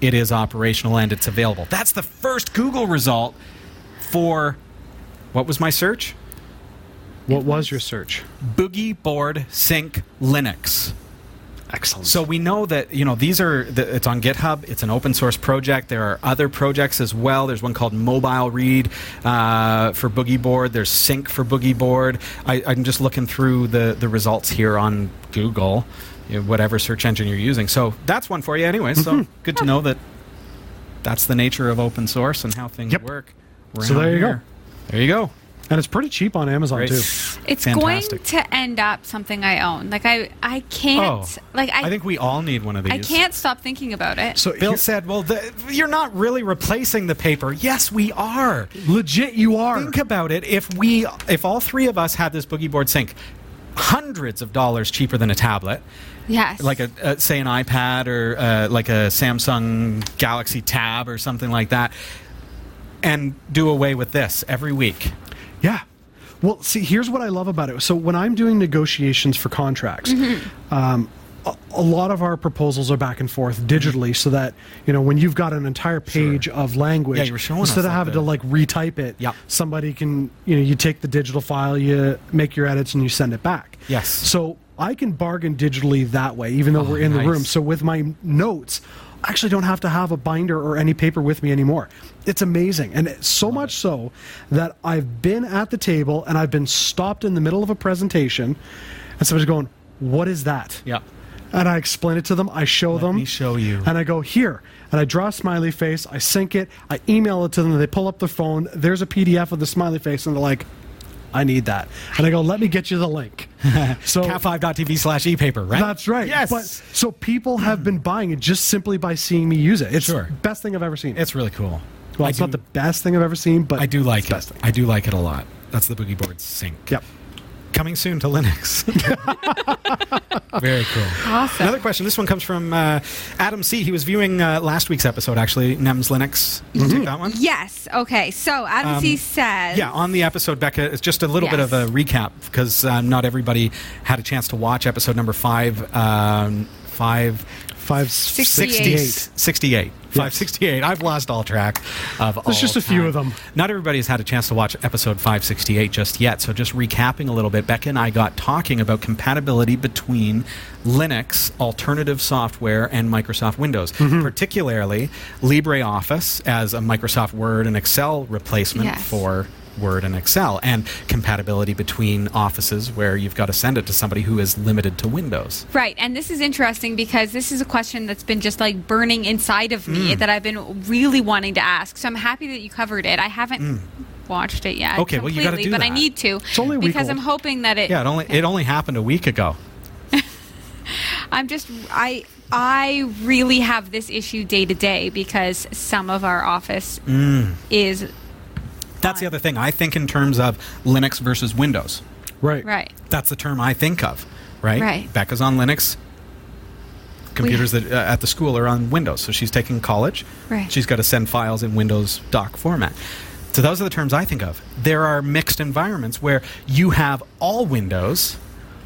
Speaker 1: it is operational and it's available. That's the first Google result for what was my search?
Speaker 2: What was your search?
Speaker 1: Boogie Board Sync Linux.
Speaker 2: Excellent.
Speaker 1: So we know that you know these are the, it's on GitHub. It's an open source project. There are other projects as well. There's one called Mobile Read uh, for Boogie Board. There's Sync for Boogie Board. I, I'm just looking through the the results here on Google, you know, whatever search engine you're using. So that's one for you anyway. So
Speaker 2: Mm-hmm.
Speaker 1: good to know that that's the nature of open source and how things
Speaker 2: Yep.
Speaker 1: work.
Speaker 2: So
Speaker 1: around
Speaker 2: there you go.
Speaker 1: here. There you go.
Speaker 2: and it's pretty cheap on Amazon
Speaker 1: Great.
Speaker 2: too.
Speaker 3: It's
Speaker 1: Fantastic. Oh.
Speaker 3: going to end up something I own. Like I, I can't. like I,
Speaker 1: I think we all need one of these.
Speaker 3: I can't stop thinking about it.
Speaker 2: So
Speaker 1: Bill
Speaker 2: here-
Speaker 1: said, "Well, the, you're not really replacing the paper. Yes, we are.
Speaker 2: legit you are.
Speaker 1: Think about it. If we, if all three of us had this boogie board sync, hundreds of dollars cheaper than a tablet,
Speaker 3: yes.
Speaker 1: like a, a say an iPad or uh, like a Samsung Galaxy Tab or something like that, and do away with this every week.
Speaker 2: Yeah. Well, see, here's what I love about it. So when I'm doing negotiations for contracts, um, a, a lot of our proposals are back and forth digitally, so that you know when you've got an entire page of language,
Speaker 1: Yeah, you were showing us
Speaker 2: instead of
Speaker 1: that
Speaker 2: having
Speaker 1: there.
Speaker 2: to like retype it,
Speaker 1: Yeah.
Speaker 2: somebody can you know you take the digital file, you make your edits, and you send it back.
Speaker 1: Yes. Oh,
Speaker 2: So I can bargain digitally that way, even though we're in
Speaker 1: nice.
Speaker 2: the room. So with my notes. I actually don't have to have a binder or any paper with me anymore. It's amazing. And it's so much so that I've been at the table and I've been stopped in the middle of a presentation and somebody's going, What is that?
Speaker 1: Yeah.
Speaker 2: And I explain it to them. I show them.
Speaker 1: me show you.
Speaker 2: And I go, Here. And I draw a smiley face. I sync it. I email it to them. They pull up their phone. There's a PDF of the smiley face. And they're like, I need that. And I go, Let me get you
Speaker 1: *laughs*
Speaker 2: the link. so
Speaker 1: Cat5.tv slash ePaper, right?
Speaker 2: that's right.
Speaker 1: Yes.
Speaker 2: But, so people have been buying it just simply by seeing me use it. It's
Speaker 1: Sure.
Speaker 2: the best thing I've ever seen.
Speaker 1: it's really cool.
Speaker 2: well,
Speaker 1: I
Speaker 2: it's
Speaker 1: do,
Speaker 2: not the best thing I've ever seen, but
Speaker 1: I do
Speaker 2: it's
Speaker 1: like
Speaker 2: the
Speaker 1: it.
Speaker 2: best thing.
Speaker 1: I do like it a lot. That's the boogie board sync.
Speaker 2: Yep.
Speaker 1: coming soon to Linux. Very cool.
Speaker 3: Awesome.
Speaker 1: Another question. This one comes from uh, Adam C. He was viewing uh, last week's episode, actually, NEMS Linux. Did you take that one?
Speaker 3: Yes. Okay. So Adam C says.
Speaker 1: Um, Yeah, on the episode, Becca, it's just a little bit
Speaker 3: Yes.
Speaker 1: of a recap because uh, not everybody had a chance to watch episode number five. Um, five.
Speaker 2: Five
Speaker 1: 68.
Speaker 3: 68.
Speaker 1: 68. 568. I've lost all track of all
Speaker 2: just a few
Speaker 1: time.
Speaker 2: of them.
Speaker 1: Not everybody's had a chance to watch episode 568 just yet. So, just recapping a little bit, Becca and I got talking about compatibility between Linux, alternative software, and Microsoft Windows,
Speaker 2: Mm-hmm.
Speaker 1: particularly LibreOffice as a Microsoft Word and Excel replacement
Speaker 3: Yes.
Speaker 1: for. Word and Excel, and compatibility between offices where you've got to send it to somebody who is limited to Windows.
Speaker 3: Right, and this is interesting because this is a question that's been just like burning inside of me
Speaker 1: Hmm.
Speaker 3: that I've been really wanting to ask. So I'm happy that you covered it. I haven't watched it yet.
Speaker 1: Hmm. Okay, well, you gotta
Speaker 3: completely,
Speaker 1: do
Speaker 3: but I
Speaker 1: that.
Speaker 3: need to it's
Speaker 2: only a week
Speaker 3: because
Speaker 2: old.
Speaker 3: I'm hoping that it.
Speaker 1: Yeah, it only it only happened a week ago.
Speaker 3: I'm just I I really have this issue day to day because some of our office
Speaker 1: Hmm.
Speaker 3: is
Speaker 1: That's the other thing. I think in terms of Linux versus Windows.
Speaker 2: Right.
Speaker 3: right.
Speaker 1: That's the term I think of, right?
Speaker 3: Right.
Speaker 1: Becca's on Linux. Computers that, uh, at the school are on Windows, so she's taking college.
Speaker 3: Right.
Speaker 1: She's got to send files in Windows doc format. So those are the terms I think of. There are mixed environments where you have all Windows,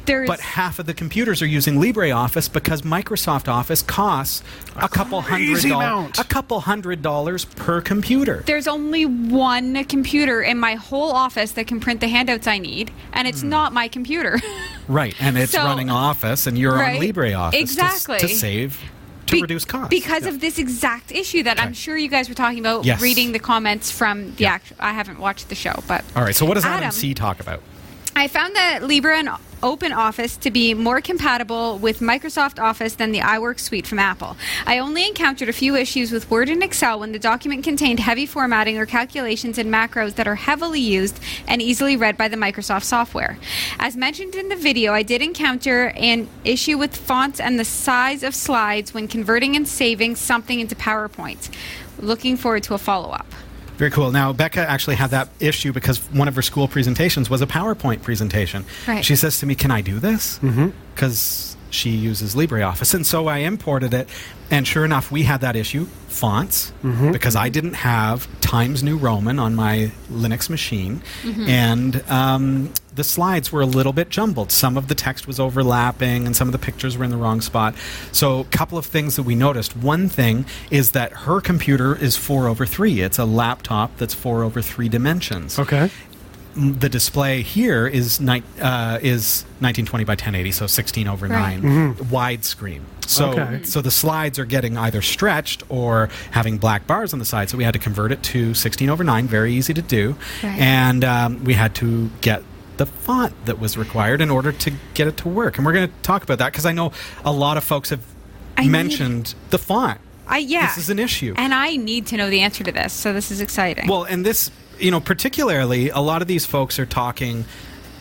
Speaker 3: There's
Speaker 1: but half of the computers are using LibreOffice because Microsoft Office costs a, couple hundred
Speaker 2: crazy
Speaker 1: dollars,
Speaker 2: amount.
Speaker 1: a couple hundred dollars per computer.
Speaker 3: there's only one computer in my whole office that can print the handouts I need, and
Speaker 1: Hmm.
Speaker 3: it's not my computer. *laughs*
Speaker 1: Right, and it's
Speaker 3: So-
Speaker 1: running Office, and you're
Speaker 3: Right.
Speaker 1: on LibreOffice
Speaker 3: Exactly.
Speaker 1: to, s- to save to
Speaker 3: Be-
Speaker 1: reduce costs
Speaker 3: because of this exact issue that I'm
Speaker 1: Okay.
Speaker 3: sure you guys were talking about.
Speaker 1: Yes.
Speaker 3: Reading the comments from the
Speaker 1: Yeah.
Speaker 3: act. I haven't watched the show, but
Speaker 1: All right, so what does Adam,
Speaker 3: Adam-
Speaker 1: C talk about?
Speaker 3: I found that Libre and OpenOffice to be more compatible with Microsoft Office than the iWork suite from Apple. I only encountered a few issues with Word and Excel when the document contained heavy formatting or calculations and macros that are heavily used and easily read by the Microsoft software. As mentioned in the video, I did encounter an issue with fonts and the size of slides when converting and saving something into PowerPoint. Looking forward to a follow up.
Speaker 1: Very cool. Now, Becca actually had that issue because one of her school presentations was a PowerPoint presentation.
Speaker 3: Right.
Speaker 1: She says to me, Can I do this? Because mm-hmm. she uses LibreOffice. And so I imported it, and sure enough, we had that issue fonts, because I didn't have Times New Roman on my Linux machine. And um, the slides were a little bit jumbled. Some of the text was overlapping, and some of the pictures were in the wrong spot. So, a couple of things that we noticed. One thing is that her computer is 4 over 3, it's a laptop that's 4 over 3 dimensions
Speaker 2: Okay.
Speaker 1: m- the display here is ni- uh, is 1920 by 1080, so 16 over
Speaker 3: Right.
Speaker 1: 9 widescreen. So
Speaker 2: Okay.
Speaker 1: so the slides are getting either stretched or having black bars on the side. So we had to convert it to 16 over 9, very easy to do,
Speaker 3: Right.
Speaker 1: and um, we had to get the font that was required in order to get it to work. And we're going to talk about that because I know a lot of folks have
Speaker 3: I need-
Speaker 1: mentioned the font.
Speaker 3: I, yeah.
Speaker 1: This is an issue.
Speaker 3: And I need to know the answer to this, so this is exciting.
Speaker 1: Well, and this, you know, particularly a lot of these folks are talking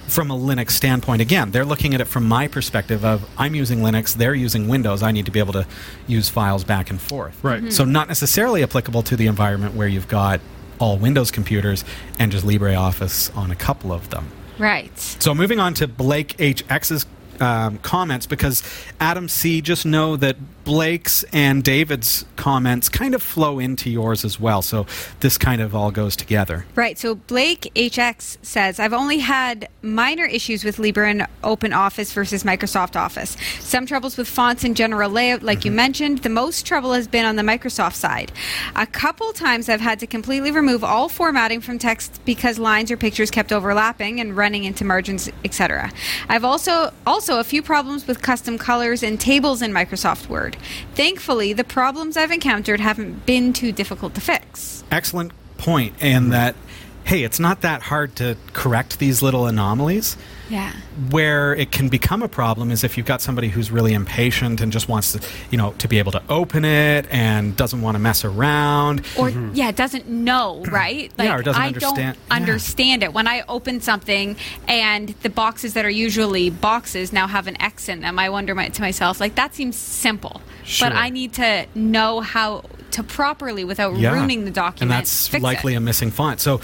Speaker 1: from a Linux standpoint. Again, they're looking at it from my perspective of I'm using Linux, they're using Windows. I need to be able to use files back and forth.
Speaker 2: Right. Mhm.
Speaker 1: So not necessarily applicable to the environment where you've got all Windows computers and just LibreOffice on a couple of them.
Speaker 3: right.
Speaker 1: So moving on to Blake HX's um, comments because Adam C just know that Blake's and David's comments kind of flow into yours as well. So this kind of all goes together.
Speaker 3: Right. So Blake HX says, I've only had minor issues with Libre and Open Office versus Microsoft Office. Some troubles with fonts and general layout, like you mentioned. The most trouble has been on the Microsoft side. A couple times I've had to completely remove all formatting from text because lines or pictures kept overlapping and running into margins, etc. I've also also a few problems with custom colors and tables in Microsoft Word. Thankfully, the problems I've encountered haven't been too difficult to fix.
Speaker 1: Excellent point, and that hey, it's not that hard to correct these little anomalies.
Speaker 3: Yeah.
Speaker 1: where it can become a problem is if you've got somebody who's really impatient and just wants to, you know, to be able to open it and doesn't want to mess around.
Speaker 3: or yeah
Speaker 1: *clears throat*
Speaker 3: doesn't know right
Speaker 1: Mm-hmm. Yeah, or doesn't
Speaker 3: i
Speaker 1: understand-
Speaker 3: don't
Speaker 1: yeah.
Speaker 3: understand it when i open something and the boxes that are usually boxes now have an x in them i wonder my, to myself like that seems simple
Speaker 1: Sure.
Speaker 3: but i need to know how to properly without ruining the document
Speaker 1: And that's
Speaker 3: fix
Speaker 1: likely
Speaker 3: it.
Speaker 1: a missing font. So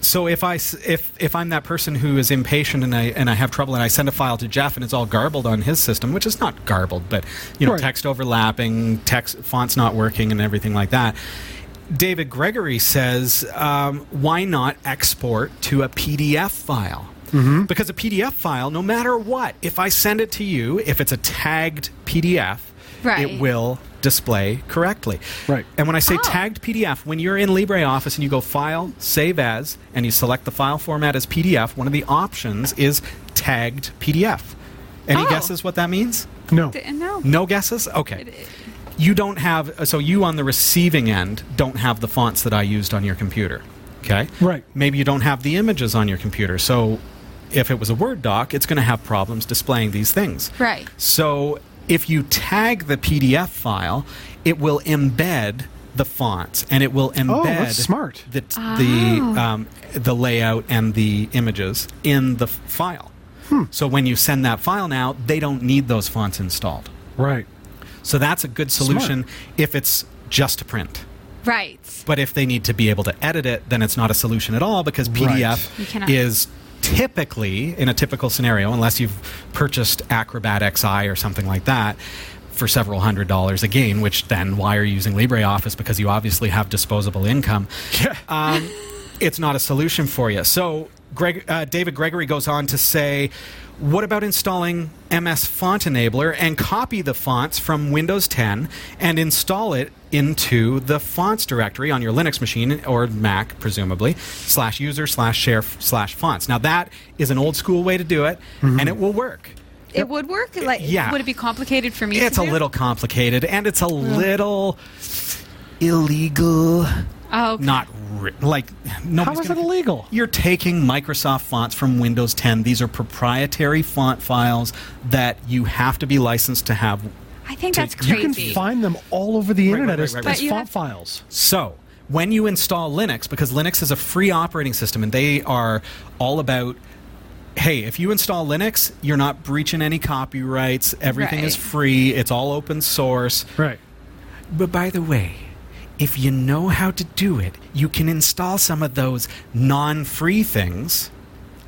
Speaker 1: So if I s- if if I'm that person who is impatient and I and I have trouble and I send a file to Jeff and it's all garbled on his system, which is not garbled, but you know
Speaker 2: Right.
Speaker 1: text overlapping, text fonts not working, and everything like that. David Gregory says, um, why not export to a PDF file?
Speaker 2: Mm-hmm.
Speaker 1: Because a PDF file, no matter what, if I send it to you, if it's a tagged PDF,
Speaker 3: Right.
Speaker 1: it will display correctly.
Speaker 2: Right.
Speaker 1: And when I say
Speaker 3: Oh.
Speaker 1: tagged PDF, when you're in LibreOffice and you go File, Save As, and you select the file format as PDF, one of the options is tagged PDF. Any
Speaker 3: Oh.
Speaker 1: guesses what that means?
Speaker 2: No.
Speaker 3: Didn't know.
Speaker 1: No guesses? Okay. You don't have, so you on the receiving end don't have the fonts that I used on your computer. Okay?
Speaker 2: Right.
Speaker 1: Maybe you don't have the images on your computer. So if it was a Word doc, it's going to have problems displaying these things.
Speaker 3: Right.
Speaker 1: So if you tag the PDF file, it will embed the fonts and it will embed
Speaker 2: Oh, that's smart.
Speaker 1: the, the, um, the layout and the images in the f- file.
Speaker 2: Hmm.
Speaker 1: So when you send that file now, they don't need those fonts installed.
Speaker 2: Right.
Speaker 1: So that's a good solution if it's just print.
Speaker 3: Right.
Speaker 1: But if they need to be able to edit it, then it's not a solution at all because
Speaker 3: You
Speaker 1: PDF
Speaker 3: cannot.
Speaker 1: is typically, in a typical scenario, unless you've purchased Acrobat XI or something like that for several hundred dollars a game, which then why are you using LibreOffice? Because you obviously have disposable income. Um, it's not a solution for you. So Greg, uh, David Gregory goes on to say, what about installing MS Font Enabler and copy the fonts from Windows 10 and install it into the fonts directory on your Linux machine or Mac, presumably, slash user slash share f- slash fonts. Now, that is an old school way to do it, and it will work.
Speaker 3: It would work. Like,
Speaker 1: yeah.
Speaker 3: Would it be complicated for me?
Speaker 1: It's
Speaker 3: to
Speaker 1: a
Speaker 3: do?
Speaker 1: little complicated and it's a little illegal.
Speaker 3: Oh, okay.
Speaker 1: Not ri- like nobody's
Speaker 2: How is
Speaker 1: gonna-
Speaker 2: it illegal?
Speaker 1: You're taking Microsoft fonts from Windows 10. These are proprietary font files that you have to be licensed to have.
Speaker 3: I think
Speaker 1: to-
Speaker 3: that's
Speaker 1: you
Speaker 3: crazy.
Speaker 1: can
Speaker 2: You can find them all over the
Speaker 1: Right, right,
Speaker 2: internet
Speaker 1: right,
Speaker 2: as,
Speaker 1: right,
Speaker 3: right.
Speaker 2: as
Speaker 3: But you
Speaker 2: font
Speaker 3: have-
Speaker 2: files.
Speaker 1: So, when you install Linux, because Linux is a free operating system and they are all about hey, if you install Linux, you're not breaching any copyrights. Everything is
Speaker 3: Right.
Speaker 1: free, it's all open source.
Speaker 2: Right.
Speaker 1: But by the way, if you know how to do it, you can install some of those non free things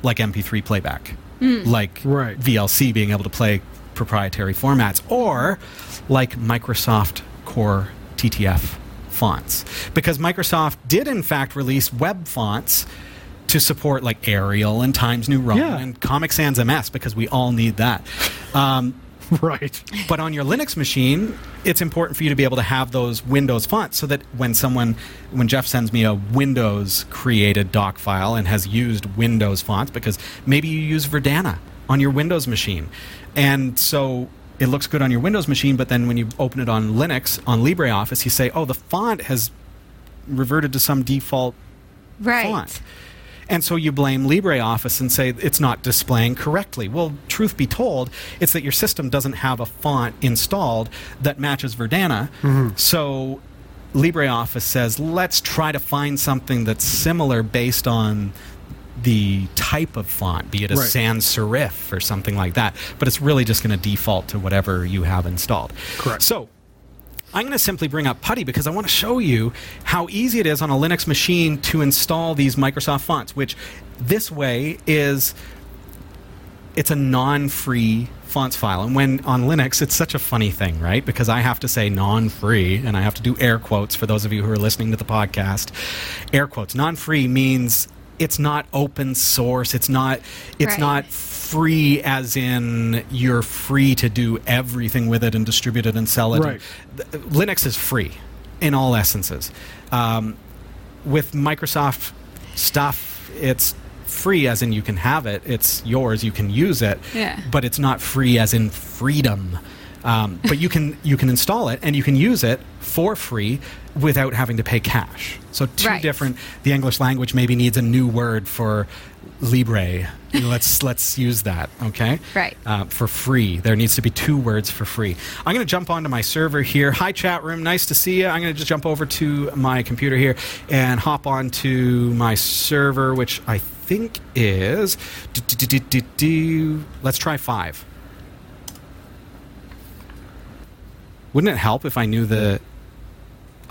Speaker 1: like MP3 playback, like
Speaker 2: Right.
Speaker 1: VLC being able to play proprietary formats, or like Microsoft Core TTF fonts. Because Microsoft did, in fact, release web fonts to support like Arial and Times New Roman
Speaker 2: Yeah.
Speaker 1: and Comic Sans MS because we all need that. Um,
Speaker 2: *laughs* Right.
Speaker 1: but on your Linux machine, it's important for you to be able to have those Windows fonts so that when someone, when Jeff sends me a Windows created doc file and has used Windows fonts, because maybe you use Verdana on your Windows machine. And so it looks good on your Windows machine, but then when you open it on Linux, on LibreOffice, you say, oh, the font has reverted to some default
Speaker 3: right.
Speaker 1: font. And so you blame LibreOffice and say it's not displaying correctly. Well, truth be told, it's that your system doesn't have a font installed that matches Verdana.
Speaker 2: Mm-hmm.
Speaker 1: So LibreOffice says, let's try to find something that's similar based on the type of font, be it a
Speaker 2: Right.
Speaker 1: sans serif or something like that. But it's really just going to default to whatever you have installed.
Speaker 2: Correct.
Speaker 1: So I'm going to simply bring up PuTTY because I want to show you how easy it is on a Linux machine to install these Microsoft fonts, which this way is it's a non-free fonts file. And when on Linux, it's such a funny thing, right? Because I have to say non-free and I have to do air quotes for those of you who are listening to the podcast. Air quotes. Non-free means it's not open source. It's not it's
Speaker 3: Right.
Speaker 1: not free as in you're free to do everything with it and distribute it and sell it.
Speaker 2: Right.
Speaker 1: Th- Linux is free in all essences. Um, with Microsoft stuff, it's free as in you can have it, it's yours, you can use it,
Speaker 3: Yeah.
Speaker 1: but it's not free as in freedom. Um, but you can you can install it and you can use it for free without having to pay cash. So two
Speaker 3: Right.
Speaker 1: different. The English language maybe needs a new word for libre. let's let's use that. Okay.
Speaker 3: Right.
Speaker 1: Uh, for free, there needs to be two words for free. I'm going to jump onto my server here. Hi chat room, nice to see you. I'm going to just jump over to my computer here and hop onto my server, which I think is. Let's try five. Wouldn't it help if I knew the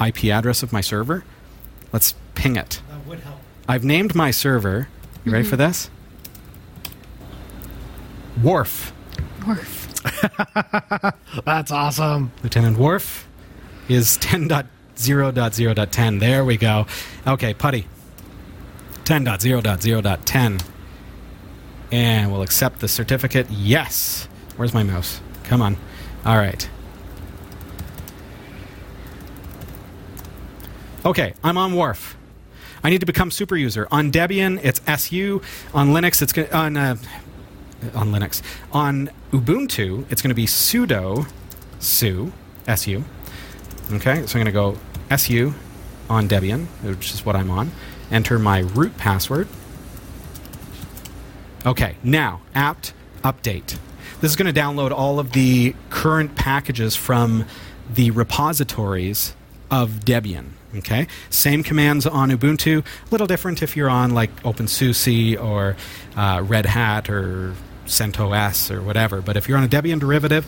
Speaker 1: IP address of my server? Let's ping it. That would help. Mm-hmm. I've named my server. You ready for this? Worf.
Speaker 3: Worf.
Speaker 2: That's awesome.
Speaker 1: Lieutenant Worf is *laughs* 10.0.0.10. There we go. Okay, putty. 10.0.0.10. And we'll accept the certificate. Yes. Where's my mouse? Come on. All right. Okay, I'm on Worf. I need to become super user. On Debian, it's SU. On Linux, it's go- on uh, on Linux. On Ubuntu, it's going to be sudo su su. Okay, so I'm going to go su on Debian, which is what I'm on. Enter my root password. Okay, now apt update. This is going to download all of the current packages from the repositories of Debian. Okay, same commands on Ubuntu. Little different if you're on like OpenSUSE or uh, Red Hat or CentOS or whatever. But if you're on a Debian derivative,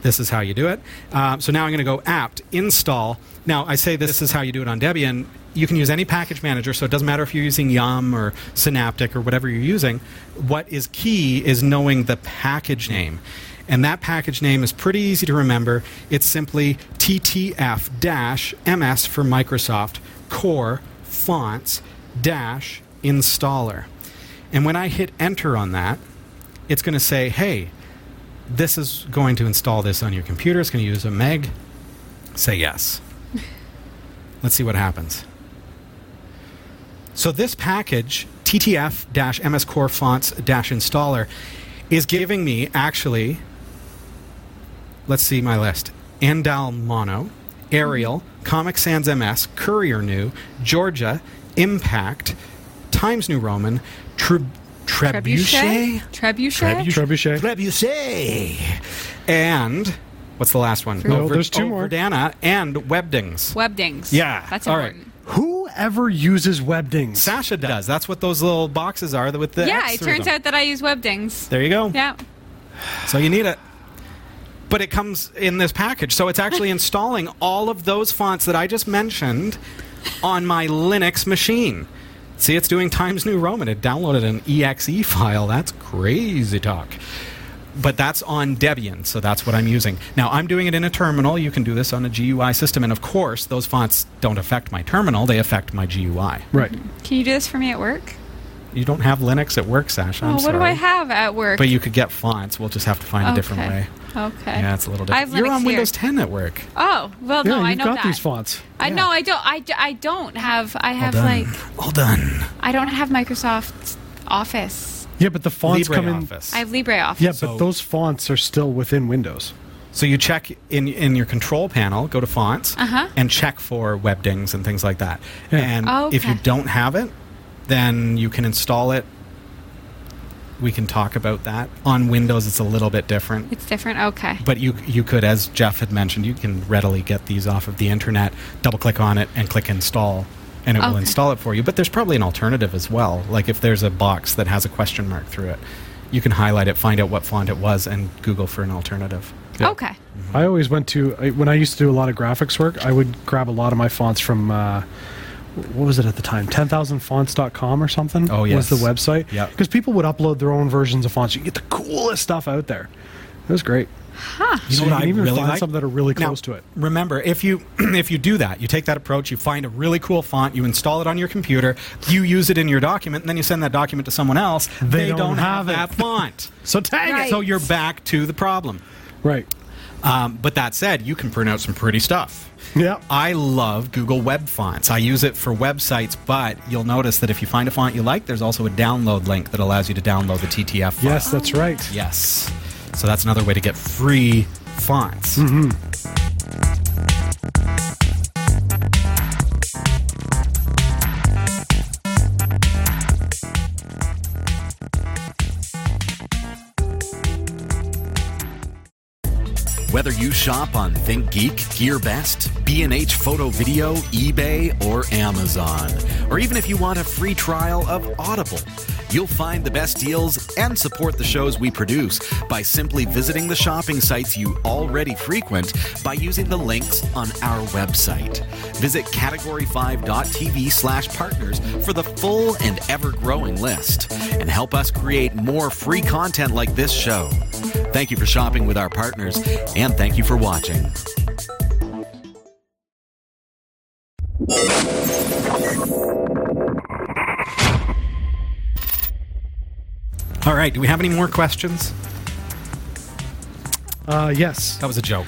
Speaker 1: this is how you do it. Uh, so now I'm going to go apt install. Now I say this is how you do it on Debian. You can use any package manager, so it doesn't matter if you're using Yum or Synaptic or whatever you're using. What is key is knowing the package name. And that package name is pretty easy to remember. It's simply TTF MS for Microsoft Core Fonts dash Installer. And when I hit enter on that, it's going to say, hey, this is going to install this on your computer. It's going to use a meg. Say yes. Let's see what happens. So this package, TTF-MS Core Fonts-Installer, is giving me actually. Let's see my list: Andal Mono, Arial, Comic Sans MS, Courier New, Georgia, Impact, Times New Roman, Trib- Trebuchet,
Speaker 3: Trebuchet? Trebuchet?
Speaker 2: Trebuchet.
Speaker 1: Trebuchet. And what's the last one? oh,
Speaker 2: No, there's two more.
Speaker 1: Verdana and Webdings.
Speaker 3: Webdings.
Speaker 1: Yeah.
Speaker 3: That's
Speaker 1: All right.
Speaker 3: important.
Speaker 2: Whoever uses webdings.
Speaker 1: Sasha does. That's what those little boxes are with the
Speaker 3: Yeah,
Speaker 1: X
Speaker 3: it
Speaker 1: through
Speaker 3: turns
Speaker 1: them.
Speaker 3: out that I use Webdings.
Speaker 1: There you go.
Speaker 3: Yeah.
Speaker 1: So you need it. But it comes in this package. So it's
Speaker 3: *laughs*
Speaker 1: actually installing all of those fonts that I just mentioned on my Linux machine. See, it's doing Times New Roman. It downloaded an exe file. That's crazy talk. But that's on Debian, so that's what I'm using. Now, I'm doing it in a terminal. You can do this on a GUI system. And of course, those fonts don't affect my terminal, they affect my GUI.
Speaker 2: Right.
Speaker 3: Can you do this for me at work?
Speaker 1: You don't have Linux at work, Sasha.
Speaker 3: oh,
Speaker 1: I'm
Speaker 3: what
Speaker 1: sorry.
Speaker 3: do I have at work?
Speaker 1: But you could get fonts. We'll just have to find a different
Speaker 3: okay.
Speaker 1: way.
Speaker 3: Okay.
Speaker 1: Yeah, it's a little different.
Speaker 3: I have
Speaker 1: You're
Speaker 3: Linux
Speaker 1: on
Speaker 3: here.
Speaker 1: Windows 10 at work.
Speaker 3: Oh, well,
Speaker 2: Yeah,
Speaker 3: no, I
Speaker 2: you've
Speaker 3: know
Speaker 2: got
Speaker 3: that.
Speaker 2: these fonts.
Speaker 3: I
Speaker 1: Yeah.
Speaker 3: know I don't. I, d- I don't have. I have like
Speaker 1: all done.
Speaker 3: I don't have Microsoft Office.
Speaker 2: Yeah, but the fonts come in.
Speaker 1: LibreOffice.
Speaker 3: I have LibreOffice.
Speaker 2: Yeah,
Speaker 1: So-
Speaker 2: but those fonts are still within Windows.
Speaker 1: So you check in in your control panel, go to fonts,
Speaker 3: Uh-huh.
Speaker 1: and check for webdings and things like that.
Speaker 2: Yeah.
Speaker 1: And
Speaker 3: Oh,
Speaker 1: if you
Speaker 3: okay.
Speaker 1: don't have it, then you can install it. We can talk about that. On Windows, it's a little bit different.
Speaker 3: It's different. Okay.
Speaker 1: But you you could, as Jeff had mentioned, you can readily get these off of the internet. Double click on it and click install, and it will
Speaker 3: Okay.
Speaker 1: install it for you. But there's probably an alternative as well. Like if there's a box that has a question mark through it, you can highlight it, find out what font it was, and Google for an alternative.
Speaker 3: Okay.
Speaker 2: I always went to I- when I used to do a lot of graphics work. I would grab a lot of my fonts from uh, what was it at the time? Ten thousand fonts.com or something.
Speaker 1: Oh, yes.
Speaker 2: was the website.
Speaker 1: Yeah.
Speaker 2: because people would upload their own versions of fonts. You get the coolest stuff out there. It was great.
Speaker 1: You
Speaker 2: So
Speaker 1: know
Speaker 2: you
Speaker 1: what
Speaker 2: can
Speaker 1: I
Speaker 2: even
Speaker 1: really
Speaker 2: find
Speaker 1: like?
Speaker 2: some that are really
Speaker 1: Now,
Speaker 2: close to it.
Speaker 1: Remember, if you *clears throat* if you do that, you take that approach, you find a really cool font, you install it on your computer, you use it in your document, and then you send that document to someone else. They,
Speaker 2: don't have it.
Speaker 1: that font.
Speaker 2: So tag
Speaker 3: *laughs* Right.
Speaker 1: So you're back to the problem.
Speaker 2: Right.
Speaker 1: Um, but that said, you can print out some pretty stuff.
Speaker 2: Yeah.
Speaker 1: I love Google Web Fonts. I use it for websites, but you'll notice that if you find a font you like, there's also a download link that allows you to download the TTF file.
Speaker 2: Yes, that's right.
Speaker 1: Yes. So that's another way to get free fonts. Whether you shop on ThinkGeek, GearBest, B&H Photo Video, eBay, or Amazon, or even if you want a free trial of Audible, you'll find the best deals and support the shows we produce by simply visiting the shopping sites you already frequent by using the links on our website. Visit category5.tv slash partners for the full and ever-growing list and help us create more free content like this show. Thank you for shopping with our partners and thank you for watching.
Speaker 6: All right, do we have any more questions?
Speaker 2: Uh, yes.
Speaker 6: That was a joke.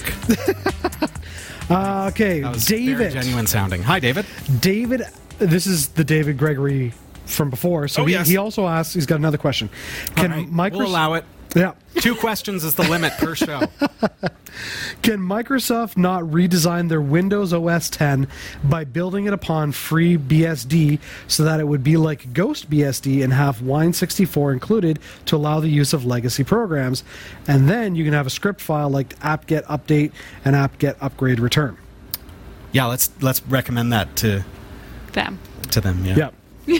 Speaker 2: Uh, okay,
Speaker 6: That was
Speaker 2: David.
Speaker 6: very genuine sounding. Hi, David.
Speaker 2: David, this is the David Gregory from before. So
Speaker 6: Oh,
Speaker 2: he,
Speaker 6: yes.
Speaker 2: he also asks. He's got another question. Can
Speaker 6: All right,
Speaker 2: Microsoft
Speaker 6: We'll allow it.
Speaker 2: Yeah.
Speaker 6: Two questions is the limit
Speaker 2: *laughs*
Speaker 6: per show.
Speaker 2: Can Microsoft not redesign their Windows OS 10 by building it upon free BSD so that it would be like Ghost BSD and have Wine64 included to allow the use of legacy programs? And then you can have a script file like apt-get update and apt-get upgrade return.
Speaker 6: Yeah, let's let's recommend that to
Speaker 3: Them.
Speaker 6: to them. Yeah.
Speaker 3: *laughs*
Speaker 2: Yeah.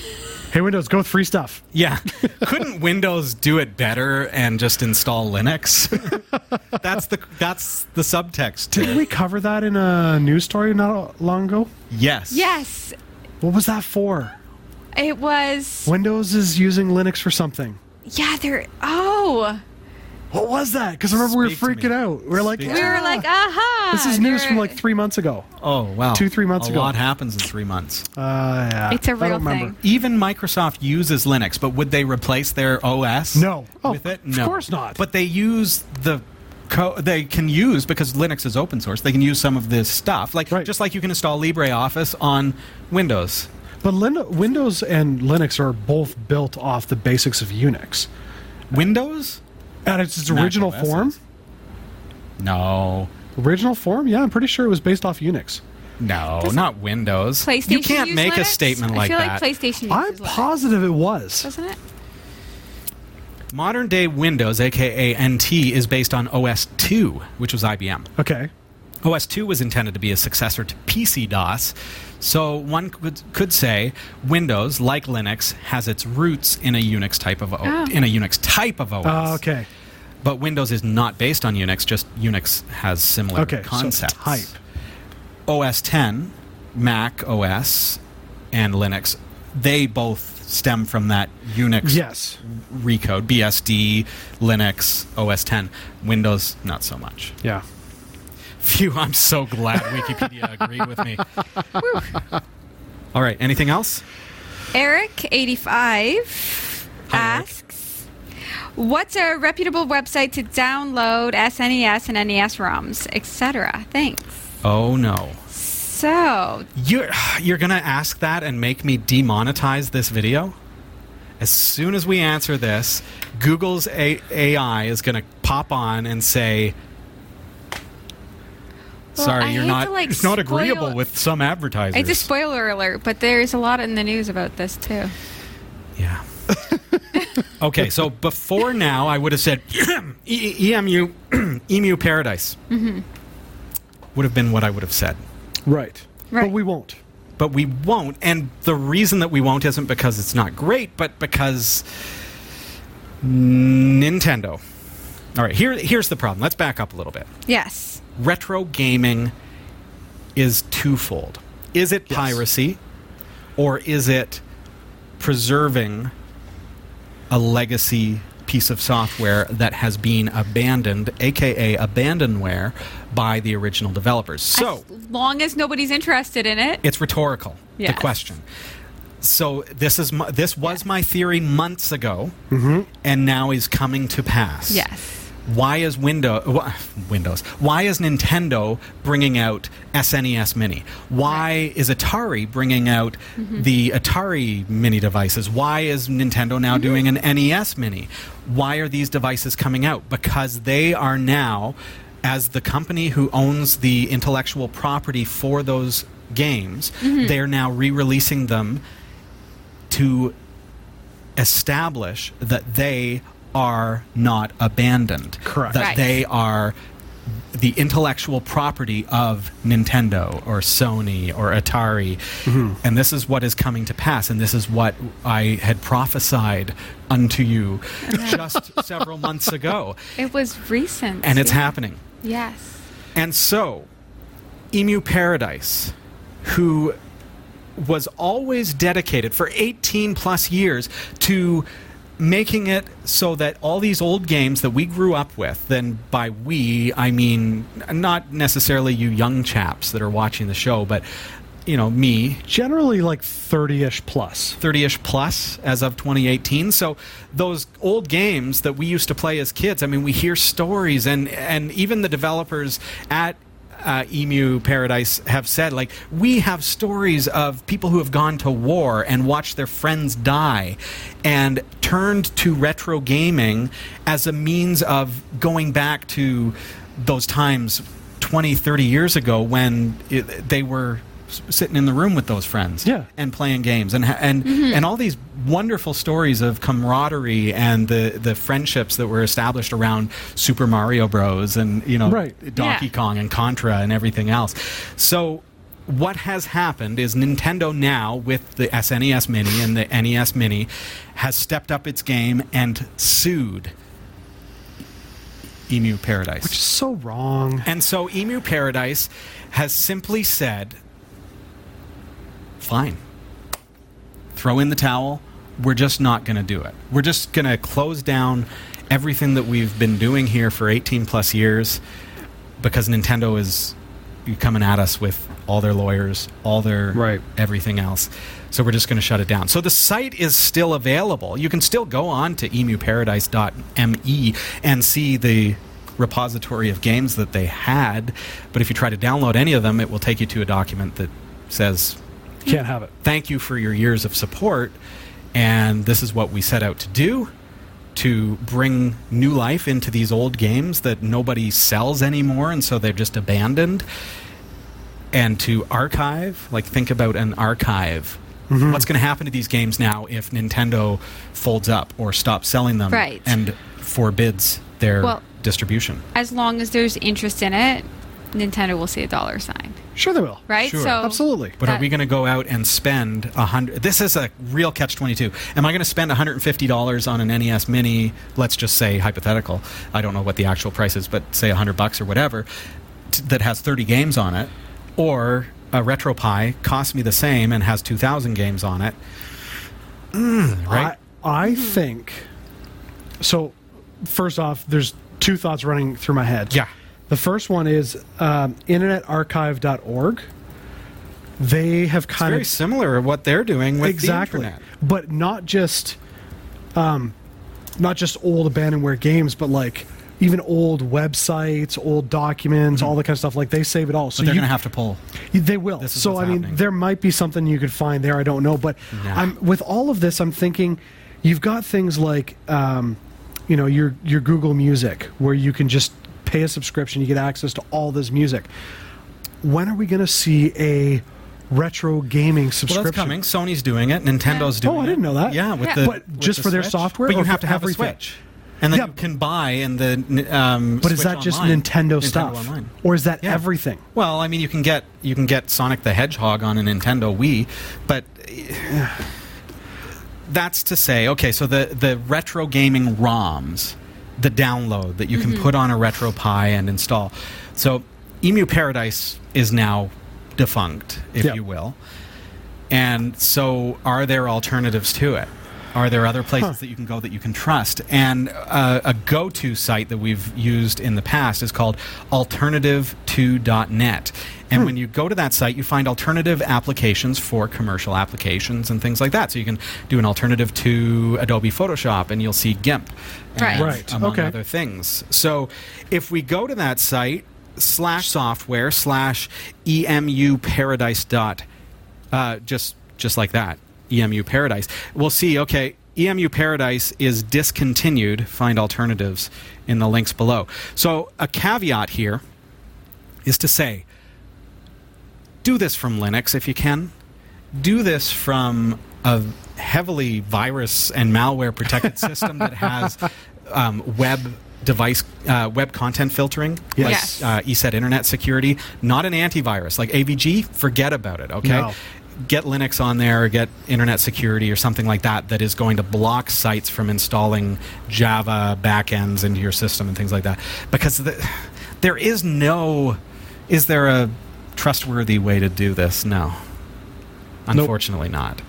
Speaker 2: hey, Windows, go with free stuff.
Speaker 6: Yeah. Couldn't Windows do it better and just
Speaker 2: *laughs*
Speaker 6: install Linux? that's the that's the subtext. to
Speaker 2: Didn't
Speaker 6: it.
Speaker 2: we cover that in a news story not long ago?
Speaker 6: Yes.
Speaker 3: Yes,
Speaker 2: What was that for?
Speaker 3: it was.
Speaker 2: Windows is using Linux for something.
Speaker 3: Yeah, they're. Oh,
Speaker 2: What was that? Because remember we were
Speaker 6: Speak to
Speaker 2: freaking
Speaker 6: me.
Speaker 2: out. We were like,
Speaker 6: Speak
Speaker 3: we were
Speaker 2: "Ah."
Speaker 3: like, aha.
Speaker 2: This is news from
Speaker 3: they're-
Speaker 2: like three months ago.
Speaker 6: Oh wow.
Speaker 2: Two, three months
Speaker 6: a
Speaker 2: ago.
Speaker 6: lot happens in three months.
Speaker 2: Uh, yeah.
Speaker 3: It's a
Speaker 2: I
Speaker 3: real
Speaker 2: don't remember.
Speaker 3: thing.
Speaker 6: Even Microsoft uses Linux, but would they replace their OS?
Speaker 2: No. Oh,
Speaker 6: With it?
Speaker 2: of
Speaker 6: No.
Speaker 2: course not.
Speaker 6: But they use the co- they can use because Linux is open source. They can use some of this stuff, like
Speaker 2: Right.
Speaker 6: just like you can install LibreOffice on Windows.
Speaker 2: But Lin- Windows and Linux are both built off the basics of Unix.
Speaker 6: Windows?
Speaker 2: At its, its
Speaker 6: Mac
Speaker 2: original
Speaker 6: OS
Speaker 2: form,
Speaker 6: is. No.
Speaker 2: original form, yeah, I'm pretty sure it was based off Unix.
Speaker 6: No, not Windows.
Speaker 3: PlayStation.
Speaker 6: you can't
Speaker 3: use
Speaker 6: make a
Speaker 3: Linux?
Speaker 6: statement
Speaker 3: I
Speaker 6: like
Speaker 3: feel like
Speaker 6: that.
Speaker 3: PlayStation.
Speaker 2: I'm
Speaker 3: uses Linux,
Speaker 2: positive it was.
Speaker 3: Doesn't it?
Speaker 6: Modern day Windows, aka NT, is based on OS 2, which was IBM.
Speaker 2: Okay.
Speaker 6: OS 2 was intended to be a successor to PC DOS, so one could, could say Windows, like Linux, has its roots in a Unix type of o-
Speaker 3: Oh.
Speaker 6: in a Unix type of OS.
Speaker 2: Uh, okay.
Speaker 6: But Windows is not based on Unix; just Unix has similar
Speaker 2: Okay.
Speaker 6: concepts.
Speaker 2: So type.
Speaker 6: OS 10, Mac OS, and Linux, they both stem from that Unix
Speaker 2: Yes.
Speaker 6: recode, BSD, Linux, OS 10. Windows, not so much.
Speaker 2: Yeah.
Speaker 6: Phew, I'm so glad Wikipedia agreed with me. All right, anything else?
Speaker 3: Eric eighty five
Speaker 6: Hi, Eric.
Speaker 3: asks, "What's a reputable website to download SNES and NES ROMs, etc.?" Thanks.
Speaker 6: Oh no.
Speaker 3: So
Speaker 6: You're, you're going to ask that and make me demonetize this video? As soon as we answer this, Google's a- AI is going to pop on and say,
Speaker 3: Well,
Speaker 6: Sorry,
Speaker 3: I
Speaker 6: you're
Speaker 3: hate
Speaker 6: not.
Speaker 3: to, like,
Speaker 6: it's
Speaker 3: spoil-
Speaker 6: not agreeable with some advertisers.
Speaker 3: it's a spoiler alert, but there's a lot in the news about this too.
Speaker 6: Yeah. *laughs* okay, so before now, I would have said *clears throat* E- EMU, EMU Paradise would have been what I would have said.
Speaker 2: Right.
Speaker 3: Right.
Speaker 2: But we won't.
Speaker 6: But we won't, and the reason that we won't isn't because it's not great, but because Nintendo. All right, here, here's the problem. Let's back up a little bit.
Speaker 3: Yes.
Speaker 6: Retro gaming is twofold. Is it piracy, or is it preserving a legacy piece of software that has been abandoned, aka abandonware, by the original developers? So
Speaker 3: as long as nobody's interested in it,
Speaker 6: it's rhetorical.
Speaker 3: Yes.
Speaker 6: The question. So this is my, this was my theory months ago, and now is coming to pass.
Speaker 3: yes.
Speaker 6: Why is Windows Windows? Why is Nintendo bringing out SNES Mini? Why is Atari bringing out the Atari Mini devices? Why is Nintendo now doing an NES Mini? Why are these devices coming out? Because they are now as the company who owns the intellectual property for those games, they're now re-releasing them to establish that they are not abandoned.
Speaker 2: Correct.
Speaker 6: That
Speaker 3: Right.
Speaker 6: they are the intellectual property of Nintendo or Sony or Atari. And this is what is coming to pass. And this is what I had prophesied unto you just several months ago.
Speaker 3: It was recent.
Speaker 6: And it's
Speaker 3: Yeah.
Speaker 6: happening.
Speaker 3: Yes.
Speaker 6: And so, Emu Paradise, who was always dedicated for 18 plus years to making it so that all these old games that we grew up with, then by we, I mean not necessarily you young chaps that are watching the show, but you know, me,
Speaker 2: Generally, like 30 ish plus.
Speaker 6: 30 ish plus as of 2018. So those old games that we used to play as kids, I mean, we hear stories, and, and even the developers at uh, Emu Paradise have said, like, we have stories of people who have gone to war and watched their friends die and turned to retro gaming as a means of going back to those times 20, 30 years ago when it, they were s- sitting in the room with those friends
Speaker 2: Yeah.
Speaker 6: and playing games and ha- and and all these wonderful stories of camaraderie and the the friendships that were established around Super Mario Bros and you know
Speaker 2: Right.
Speaker 6: Donkey
Speaker 3: Yeah.
Speaker 6: Kong and Contra and everything else. So what has happened is Nintendo now with the SNES Mini and the NES Mini has stepped up its game and sued Emu Paradise.
Speaker 2: So wrong.
Speaker 6: And so Emu Paradise has simply said, fine, throw in the towel. We're just not going to do it. We're just going to close down everything that we've been doing here for 18 plus years because Nintendo is coming at us with all their lawyers, all their
Speaker 2: Right.
Speaker 6: everything else. So we're just going to shut it down. So the site is still available. You can still go on to emuparadise.me E and see the repository of games that they had. But if you try to download any of them, it will take you to a document that says,
Speaker 2: Can't
Speaker 3: Hmm.
Speaker 2: have it.
Speaker 6: Thank you for your years of support. And this is what we set out to do to bring new life into these old games that nobody sells anymore. And so they're just abandoned and to archive like think about an archive what's going to happen to these games now if nintendo folds up or stops selling them
Speaker 3: Right.
Speaker 6: and forbids their
Speaker 3: Well-
Speaker 6: distribution
Speaker 3: As long as there's interest in it, Nintendo will see a dollar sign,
Speaker 2: Sure, they will.
Speaker 3: right?
Speaker 6: Sure.
Speaker 3: So
Speaker 2: Absolutely.
Speaker 6: but are
Speaker 3: That-
Speaker 6: we going to go out and spend a hundred this is a real catch 22 am i going to spend $150 on an nes mini let's just say hypothetical i don't know what the actual price is but say 100 bucks or whatever t- that has 30 games on it or a retropie costs me the same and has 2000 games on it right?
Speaker 2: Mm, I, I think. So, first off, there's two thoughts running through my head.
Speaker 6: Yeah.
Speaker 2: The first one is um, internetarchive.org. They have kind
Speaker 6: very
Speaker 2: of
Speaker 6: similar to what they're doing with
Speaker 2: exactly
Speaker 6: the internet.
Speaker 2: but not just um, not just old abandonware games but like even old websites old documents all that kind of stuff like they save it all so
Speaker 6: Mm-hmm. But they're
Speaker 2: you-
Speaker 6: going to have to pull.
Speaker 2: they will
Speaker 6: This is
Speaker 2: so
Speaker 6: what's
Speaker 2: i mean
Speaker 6: happening.
Speaker 2: there might be something you could find there i don't know but
Speaker 6: Nah.
Speaker 2: i'm with all of this i'm thinking you've got things like um, you know your your google music where you can just pay a subscription you get access to all this music when are we going to see a retro gaming
Speaker 6: Well,
Speaker 2: subscription
Speaker 6: that's coming. Sony's doing it. Nintendo's doing it.
Speaker 2: Oh, I didn't know that.
Speaker 6: Yeah, with
Speaker 3: Yeah.
Speaker 6: the
Speaker 2: But
Speaker 6: with
Speaker 2: just
Speaker 6: the
Speaker 2: for their
Speaker 6: Switch.
Speaker 2: software
Speaker 6: But you
Speaker 2: or
Speaker 6: have
Speaker 2: for
Speaker 6: to have
Speaker 2: everything?
Speaker 6: a Switch, and then
Speaker 2: Yeah.
Speaker 6: you can buy in the. Um,
Speaker 2: But is
Speaker 6: Switch
Speaker 2: that just
Speaker 6: online.
Speaker 2: Nintendo, stuff,
Speaker 6: Online.
Speaker 2: or is that
Speaker 6: Yeah.
Speaker 2: everything?
Speaker 6: Well, I mean, you can get you can get Sonic the Hedgehog on a Nintendo Wii, but *sighs* that's to say, okay, so the the retro gaming ROMs, the download that you can put on a RetroPie and install. So Emu Paradise is now defunct, if
Speaker 2: Yeah.
Speaker 6: you will. And so, are there alternatives to it? Are there other places that you can go that you can trust? And uh, a go to site that we've used in the past is called alternative2.net.
Speaker 2: Hmm.
Speaker 6: And when you go to that site, you find alternative applications for commercial applications and things like that. So you can do an alternative to Adobe Photoshop and you'll see GIMP. and
Speaker 3: Right.
Speaker 2: Right.
Speaker 6: Among
Speaker 2: Okay.
Speaker 6: other things. So if we go to that site, slash software, slash EMU paradise dot, uh, just, just like that, EMU paradise, we'll see, okay, EMU paradise is discontinued. Find alternatives in the links below. So a caveat here is to say, do this from Linux if you can. Do this from a heavily virus and malware protected system that has um, web device uh, web content filtering,
Speaker 2: Yes.
Speaker 3: Yes.
Speaker 6: like uh, ESET internet security, not an antivirus like AVG. Forget about it. Okay.
Speaker 2: No.
Speaker 6: Get Linux on there, or get internet security, or something like that that is going to block sites from installing Java backends into your system and things like that. Because the, there is no, is there a trustworthy way to do this? No, unfortunately not.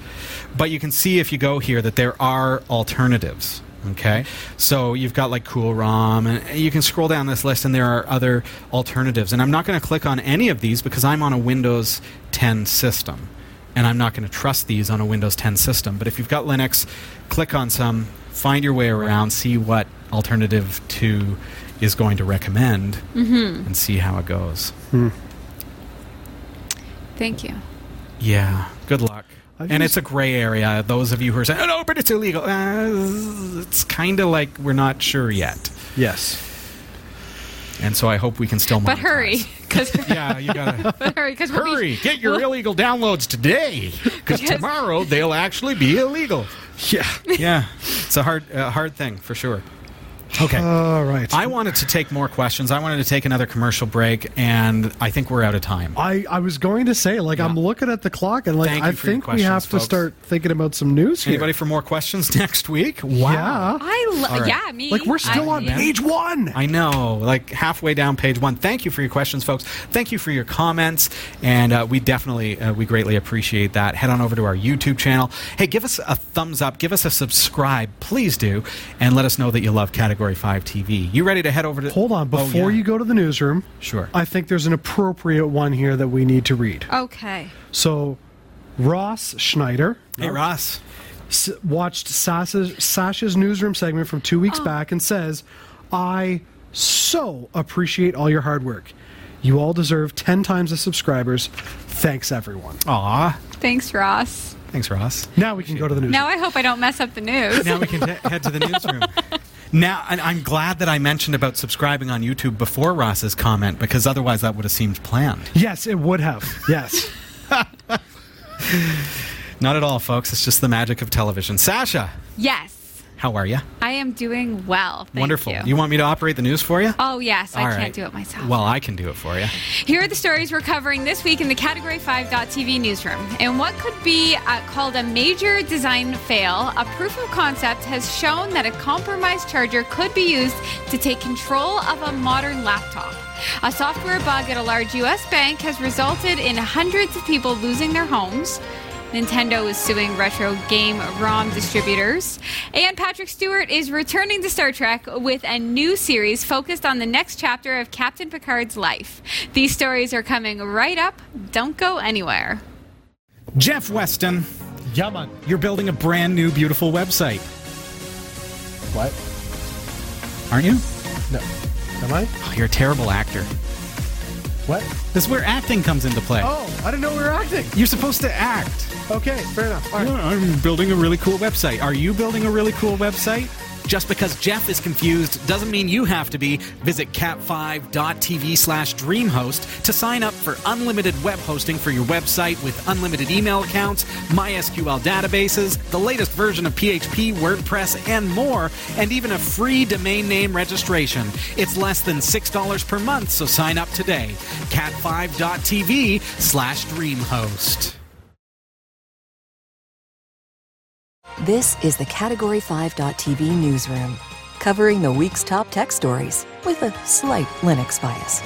Speaker 6: But you can see if you go here that there are alternatives. Okay, so you've got like Cool ROM, and you can scroll down this list, and there are other alternatives. And I'm not going to click on any of these because I'm on a Windows 10 system, and I'm not going to trust these on a Windows 10 system. But if you've got Linux, click on some, find your way around, see what alternative two is going to recommend, and see how it goes.
Speaker 3: Thank you.
Speaker 6: Yeah. Good luck.
Speaker 2: I've
Speaker 6: and
Speaker 2: used-
Speaker 6: it's a gray area. Those of you who are saying, "Oh no, but it's illegal," uh, it's kind of like we're not sure yet.
Speaker 2: Yes.
Speaker 6: And so I hope we can still.
Speaker 3: But
Speaker 6: monetize.
Speaker 3: hurry,
Speaker 6: *laughs*
Speaker 3: because
Speaker 6: Yeah, you
Speaker 3: *laughs*
Speaker 6: gotta
Speaker 3: hurry, because we'll
Speaker 6: hurry.
Speaker 3: be,
Speaker 6: Get your illegal downloads today, because
Speaker 3: Yes.
Speaker 6: tomorrow they'll actually be
Speaker 3: *laughs*
Speaker 6: illegal.
Speaker 2: Yeah.
Speaker 6: Yeah, it's a hard, uh, hard thing for sure. *laughs* Okay.
Speaker 2: All right.
Speaker 6: I wanted to take more questions. I wanted to take another commercial break, and I think we're out of time.
Speaker 2: I, I was going to say, like, I'm looking at the clock and, like,
Speaker 6: Thank
Speaker 2: I
Speaker 6: you for your
Speaker 2: think we
Speaker 6: questions,
Speaker 2: have to
Speaker 6: folks.
Speaker 2: start thinking about some news here.
Speaker 6: Anybody for more questions *laughs* next week? Wow.
Speaker 2: Yeah.
Speaker 3: I lo-
Speaker 6: All right.
Speaker 3: yeah me.
Speaker 2: Like, we're still
Speaker 3: I-
Speaker 2: on
Speaker 6: man.
Speaker 2: page one.
Speaker 6: I know, like halfway down page one. Thank you for your questions, folks. Thank you for your comments, and uh, we definitely uh, we greatly appreciate that. Head on over to our YouTube channel. Hey, give us a thumbs up, give us a subscribe, please do, and let us know that you love Category Five TV. You ready to head over to?
Speaker 2: Hold on.
Speaker 6: Oh,
Speaker 2: Before
Speaker 6: yeah.
Speaker 2: you go to the newsroom,
Speaker 6: Sure.
Speaker 2: I think there's an appropriate one here that we need to read.
Speaker 3: Okay.
Speaker 2: So, Ross Schneider
Speaker 6: Hey, Ross.
Speaker 2: s- watched Sasha's, Sasha's newsroom segment from two
Speaker 3: Oh.
Speaker 2: weeks back and says, I so appreciate all your hard work. You all deserve 10 times the subscribers. Thanks, everyone.
Speaker 7: Oh,
Speaker 6: Aw,
Speaker 3: Thanks, Ross.
Speaker 6: thanks, Ross.
Speaker 2: Now we can go to the newsroom.
Speaker 3: Now I hope I don't mess up the news.
Speaker 6: now we can he- head to the newsroom. Now, and I'm glad that I mentioned about subscribing on YouTube before Ross's comment because otherwise that would have seemed planned.
Speaker 2: yes, it would have. Yes.
Speaker 6: Not at all, folks. It's just the magic of television. Sasha,
Speaker 3: Yes,
Speaker 6: how are you?
Speaker 3: I am doing well. Thank
Speaker 6: Wonderful.
Speaker 3: You.
Speaker 6: want me to operate the news for you?
Speaker 3: oh yes, I
Speaker 6: All
Speaker 3: can't
Speaker 6: right.
Speaker 3: do it myself.
Speaker 6: Well, I can do it for you.
Speaker 3: Here are the stories we're covering this week in the Category 5.tv newsroom. In what could be uh, called a major design fail, a proof of concept has shown that a compromised charger could be used to take control of a modern laptop. A software bug at a large U.S. bank has resulted in hundreds of people losing their homes. Nintendo is suing retro game ROM distributors. And Patrick Stewart is returning to Star Trek with a new series focused on the next chapter of Captain Picard's life. These stories are coming right up. Don't go anywhere.
Speaker 6: Jeff Weston,
Speaker 7: Yaman.
Speaker 6: you're building a brand new, beautiful website,
Speaker 7: *laughs* What?
Speaker 6: aren't you?
Speaker 7: No. Am I?
Speaker 6: Oh, you're a terrible actor.
Speaker 7: What?
Speaker 6: This is where acting comes into play.
Speaker 7: Oh, I didn't know we were acting.
Speaker 6: You're supposed to act.
Speaker 7: Okay, fair enough. All right.
Speaker 6: I'm building a really cool website. Are you building a really cool website? Just because Jeff is confused doesn't mean you have to be. Visit cat5.tv slash dreamhost to sign up for unlimited web hosting for your website with unlimited email accounts, MySQL databases, the latest version of PHP, WordPress, and more, and even a free domain name registration. It's less than $6 per month, so sign up today. cat5.tv slash dreamhost.
Speaker 8: This is the Category 5.tv newsroom, covering the week's top tech stories with a slight Linux bias.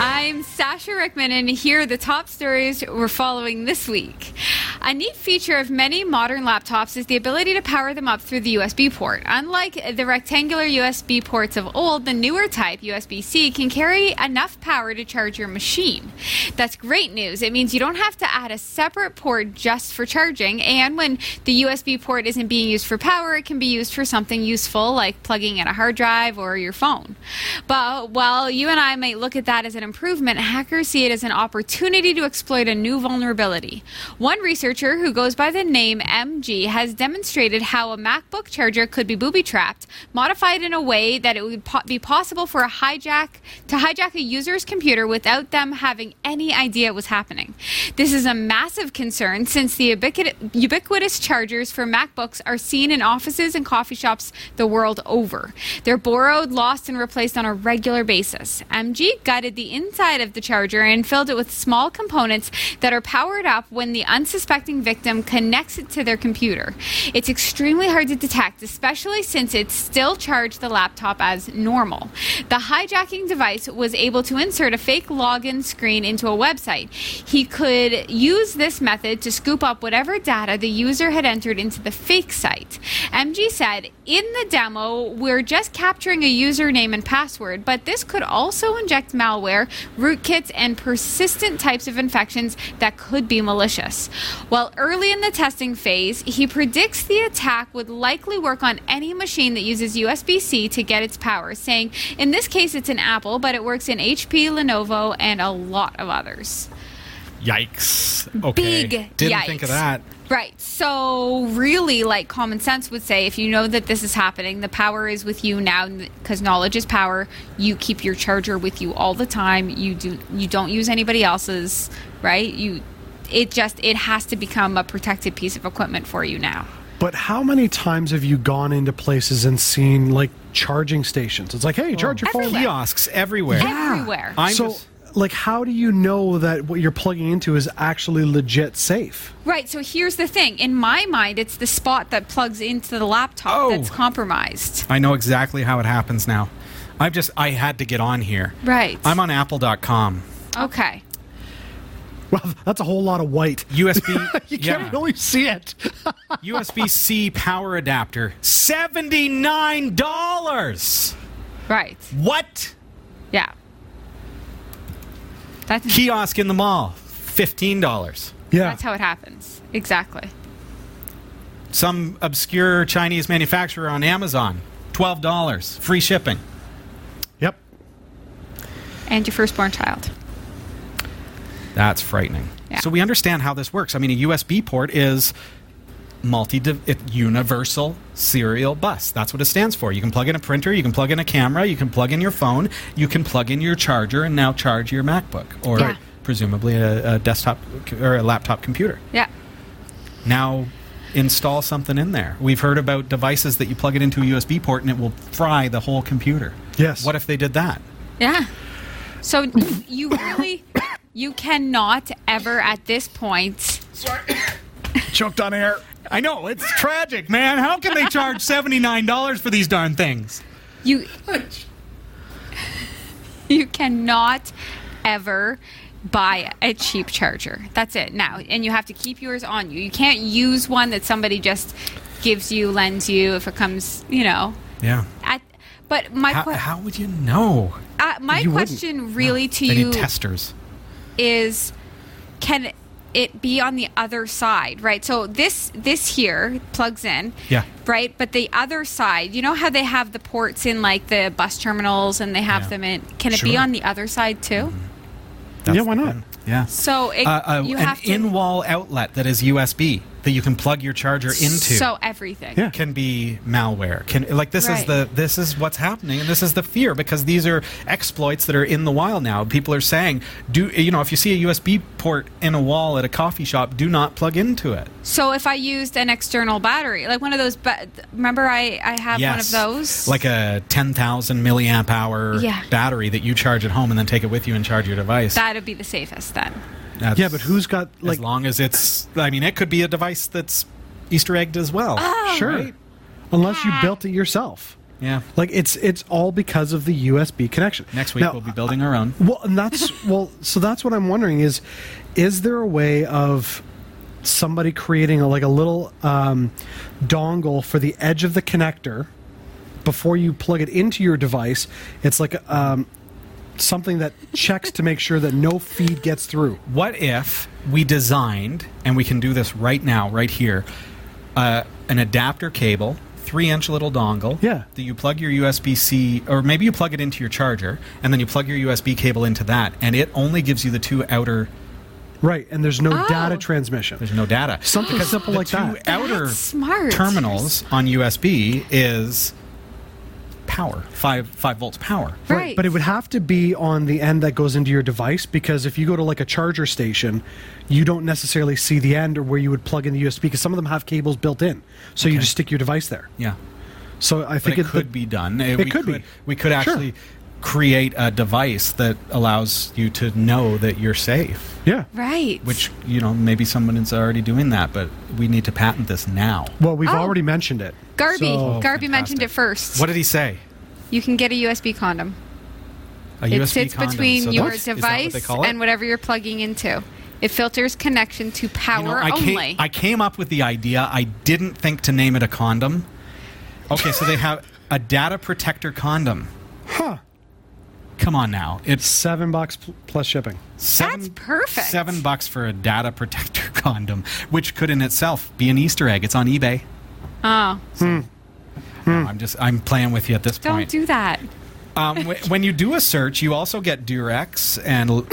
Speaker 3: I'm Sasha Rickman, and here are the top stories we're following this week. A neat feature of many modern laptops is the ability to power them up through the USB port. Unlike the rectangular USB ports of old, the newer type, USB C, can carry enough power to charge your machine. That's great news. It means you don't have to add a separate port just for charging, and when the USB port isn't being used for power, it can be used for something useful like plugging in a hard drive or your phone. But while you and I might look at that as an improvement, hackers see it as an opportunity to exploit a new vulnerability. One researcher researcher who goes by the name MG has demonstrated how a MacBook charger could be booby trapped, modified in a way that it would po- be possible for a hijack to hijack a user's computer without them having any idea it was happening. This is a massive concern since the ubiquit- ubiquitous chargers for MacBooks are seen in offices and coffee shops the world over. They're borrowed, lost, and replaced on a regular basis. MG gutted the inside of the charger and filled it with small components that are powered up when the unsuspecting victim connects it to their computer. It's extremely hard to detect, especially since it still charged the laptop as normal. The hijacking device was able to insert a fake login screen into a website. He could use this method to scoop up whatever data the user had entered into the fake site. MG said, In the demo, we're just capturing a username and password, but this could also inject malware, rootkits, and persistent types of infections that could be malicious. While early in the testing phase, he predicts the attack would likely work on any machine that uses USB C to get its power, saying, In this case, it's an Apple, but it works in HP, Lenovo, and a lot of others.
Speaker 6: Yikes. Okay.
Speaker 3: Big
Speaker 6: Didn't
Speaker 3: yikes.
Speaker 6: think of that.
Speaker 3: Right. So, really, like common sense would say, if you know that this is happening, the power is with you now because knowledge is power. You keep your charger with you all the time. You do. You don't use anybody else's. Right. You. It just. It has to become a protected piece of equipment for you now.
Speaker 2: But how many times have you gone into places and seen like charging stations? It's like, hey, charge your phone.
Speaker 3: Oh. Everywhere.
Speaker 6: Kiosks everywhere.
Speaker 3: Everywhere.
Speaker 6: I'm
Speaker 2: so,
Speaker 6: just-
Speaker 2: like, how do you know that what you're plugging into is actually legit safe?
Speaker 3: Right. So here's the thing. In my mind, it's the spot that plugs into the laptop
Speaker 6: Oh.
Speaker 3: that's compromised.
Speaker 6: I know exactly how it happens now. I've just I had to get on here.
Speaker 3: Right.
Speaker 6: I'm on apple.com.
Speaker 3: Okay.
Speaker 2: Well, *laughs* that's a whole lot of white.
Speaker 6: USB
Speaker 2: You
Speaker 6: yeah.
Speaker 2: can't really see it.
Speaker 6: USB C power adapter. $79.
Speaker 3: Right.
Speaker 6: What?
Speaker 3: Yeah. That's
Speaker 6: Kiosk in the mall. $15.
Speaker 2: yeah.
Speaker 3: That's how it happens. Exactly.
Speaker 6: Some obscure Chinese manufacturer on Amazon. $12. Free shipping.
Speaker 2: yep.
Speaker 3: And your firstborn child.
Speaker 6: That's frightening.
Speaker 3: Yeah.
Speaker 6: So we understand how this works. I mean, a USB port is multi it, universal serial bus. That's what it stands for. You can plug in a printer, you can plug in a camera, you can plug in your phone, you can plug in your charger, and now charge your MacBook or
Speaker 3: Yeah.
Speaker 6: presumably a, a desktop c- or a laptop computer.
Speaker 3: Yeah.
Speaker 6: Now install something in there. We've heard about devices that you plug it into a USB port and it will fry the whole computer.
Speaker 2: Yes.
Speaker 6: What if they did that?
Speaker 3: Yeah. So you really *coughs* you cannot ever at this point
Speaker 6: choked on air. I know it's tragic, man. How can they charge seventy nine dollars for these darn things?
Speaker 3: you *laughs* you cannot ever buy a cheap charger. That's it now. And you have to keep yours on you. You can't use one that somebody just gives you, lends you if it comes, you know.
Speaker 6: Yeah.
Speaker 3: At but my
Speaker 6: How,
Speaker 3: que-
Speaker 6: how would you know?
Speaker 3: uh, my
Speaker 2: You wouldn't.
Speaker 3: question really to
Speaker 6: They
Speaker 3: you
Speaker 6: need testers.
Speaker 3: is can it be on the other side right so this this here plugs in
Speaker 6: Yeah.
Speaker 3: right but the other side you know how they have the ports in like the bus terminals and they have
Speaker 6: Yeah.
Speaker 3: them in can it be
Speaker 6: Sure.
Speaker 3: on the other side too
Speaker 2: yeah. Why not?
Speaker 6: Yeah.
Speaker 3: so it,
Speaker 6: Uh, uh,
Speaker 3: you
Speaker 6: an
Speaker 3: have to
Speaker 6: in wall outlet that is USB that you can plug your charger into
Speaker 3: so everything
Speaker 2: Yeah.
Speaker 6: can be malware. Can like this is
Speaker 3: Right.
Speaker 6: the this is what's happening and this is the fear because these are exploits that are in the wild now. People are saying, do you know if you see a USB port in a wall at a coffee shop, do not plug into it.
Speaker 3: so if i used an external battery like one of those ba- remember i i have one of those
Speaker 6: Like a 10,000 milliamp hour
Speaker 3: Yeah.
Speaker 6: battery that you charge at home and then take it with you and charge your device.
Speaker 3: that'd be the safest then
Speaker 6: That's-
Speaker 2: Yeah, but who's got like
Speaker 6: as long as it's, I mean, it could be a device that's Easter egged as well.
Speaker 3: Oh, Uh,
Speaker 2: sure? Unless you built it yourself.
Speaker 6: Yeah.
Speaker 2: Like it's it's all because of the USB connection.
Speaker 6: Next week
Speaker 2: Now,
Speaker 6: we'll be building our own.
Speaker 2: Well, and that's well. So that's what I'm wondering is, is there a way of somebody creating a, like a little um, dongle for the edge of the connector before you plug it into your device? It's like um, something that checks to make sure that no feed gets through.
Speaker 6: What if we designed, and we can do this right now, right here, uh, an adapter cable, three inch little dongle,
Speaker 2: Yeah.
Speaker 6: that you plug your USB C, or maybe you plug it into your charger, and then you plug your USB cable into that, and it only gives you the two outer
Speaker 2: Right, and there's no
Speaker 3: Oh.
Speaker 2: data transmission.
Speaker 6: There's no data.
Speaker 2: Something
Speaker 6: Because
Speaker 2: simple
Speaker 6: the
Speaker 2: like
Speaker 6: two
Speaker 2: that.
Speaker 6: outer
Speaker 3: That's smart.
Speaker 6: terminals on USB is power, five five volts power.
Speaker 3: Right.
Speaker 2: But it would have to be on the end that goes into your device because if you go to like a charger station, you don't necessarily see the end or where you would plug in the USB because some of them have cables built in. So you just stick your device there.
Speaker 6: Yeah,
Speaker 2: So I
Speaker 6: but
Speaker 2: think
Speaker 6: it could be done.
Speaker 2: It
Speaker 6: we
Speaker 2: could be.
Speaker 6: We could
Speaker 2: Sure.
Speaker 6: actually create a device that allows you to know that you're safe.
Speaker 2: Yeah.
Speaker 3: right.
Speaker 6: Which you know maybe someone is already doing that, but we need to patent this now.
Speaker 2: Well, we've
Speaker 3: Oh.
Speaker 2: already mentioned it.
Speaker 3: Garby.
Speaker 2: So-
Speaker 3: Garby
Speaker 6: fantastic.
Speaker 3: mentioned it first.
Speaker 6: What did he say?
Speaker 3: you can get a USB condom.
Speaker 6: A
Speaker 3: It
Speaker 6: USB
Speaker 3: sits
Speaker 6: condom.
Speaker 3: between
Speaker 6: So
Speaker 3: your
Speaker 6: that's- is that what they
Speaker 3: device
Speaker 6: call it?
Speaker 3: and whatever you're plugging into. It filters connection to power
Speaker 6: You know, I
Speaker 3: only.
Speaker 6: Came, I came up with the idea. I didn't think to name it a condom. Okay, so they have a data protector condom.
Speaker 2: Huh.
Speaker 6: Come on now, it's
Speaker 2: Seven bucks pl- plus shipping.
Speaker 6: seven,
Speaker 3: That's perfect.
Speaker 6: Seven bucks for a data protector *laughs* condom, which could in itself be an Easter egg. It's on eBay.
Speaker 3: oh,
Speaker 6: No, I'm just I'm playing with you at this
Speaker 3: don't
Speaker 6: point.
Speaker 3: do that.
Speaker 6: um, w- when you do a search, you also get Durex and. l-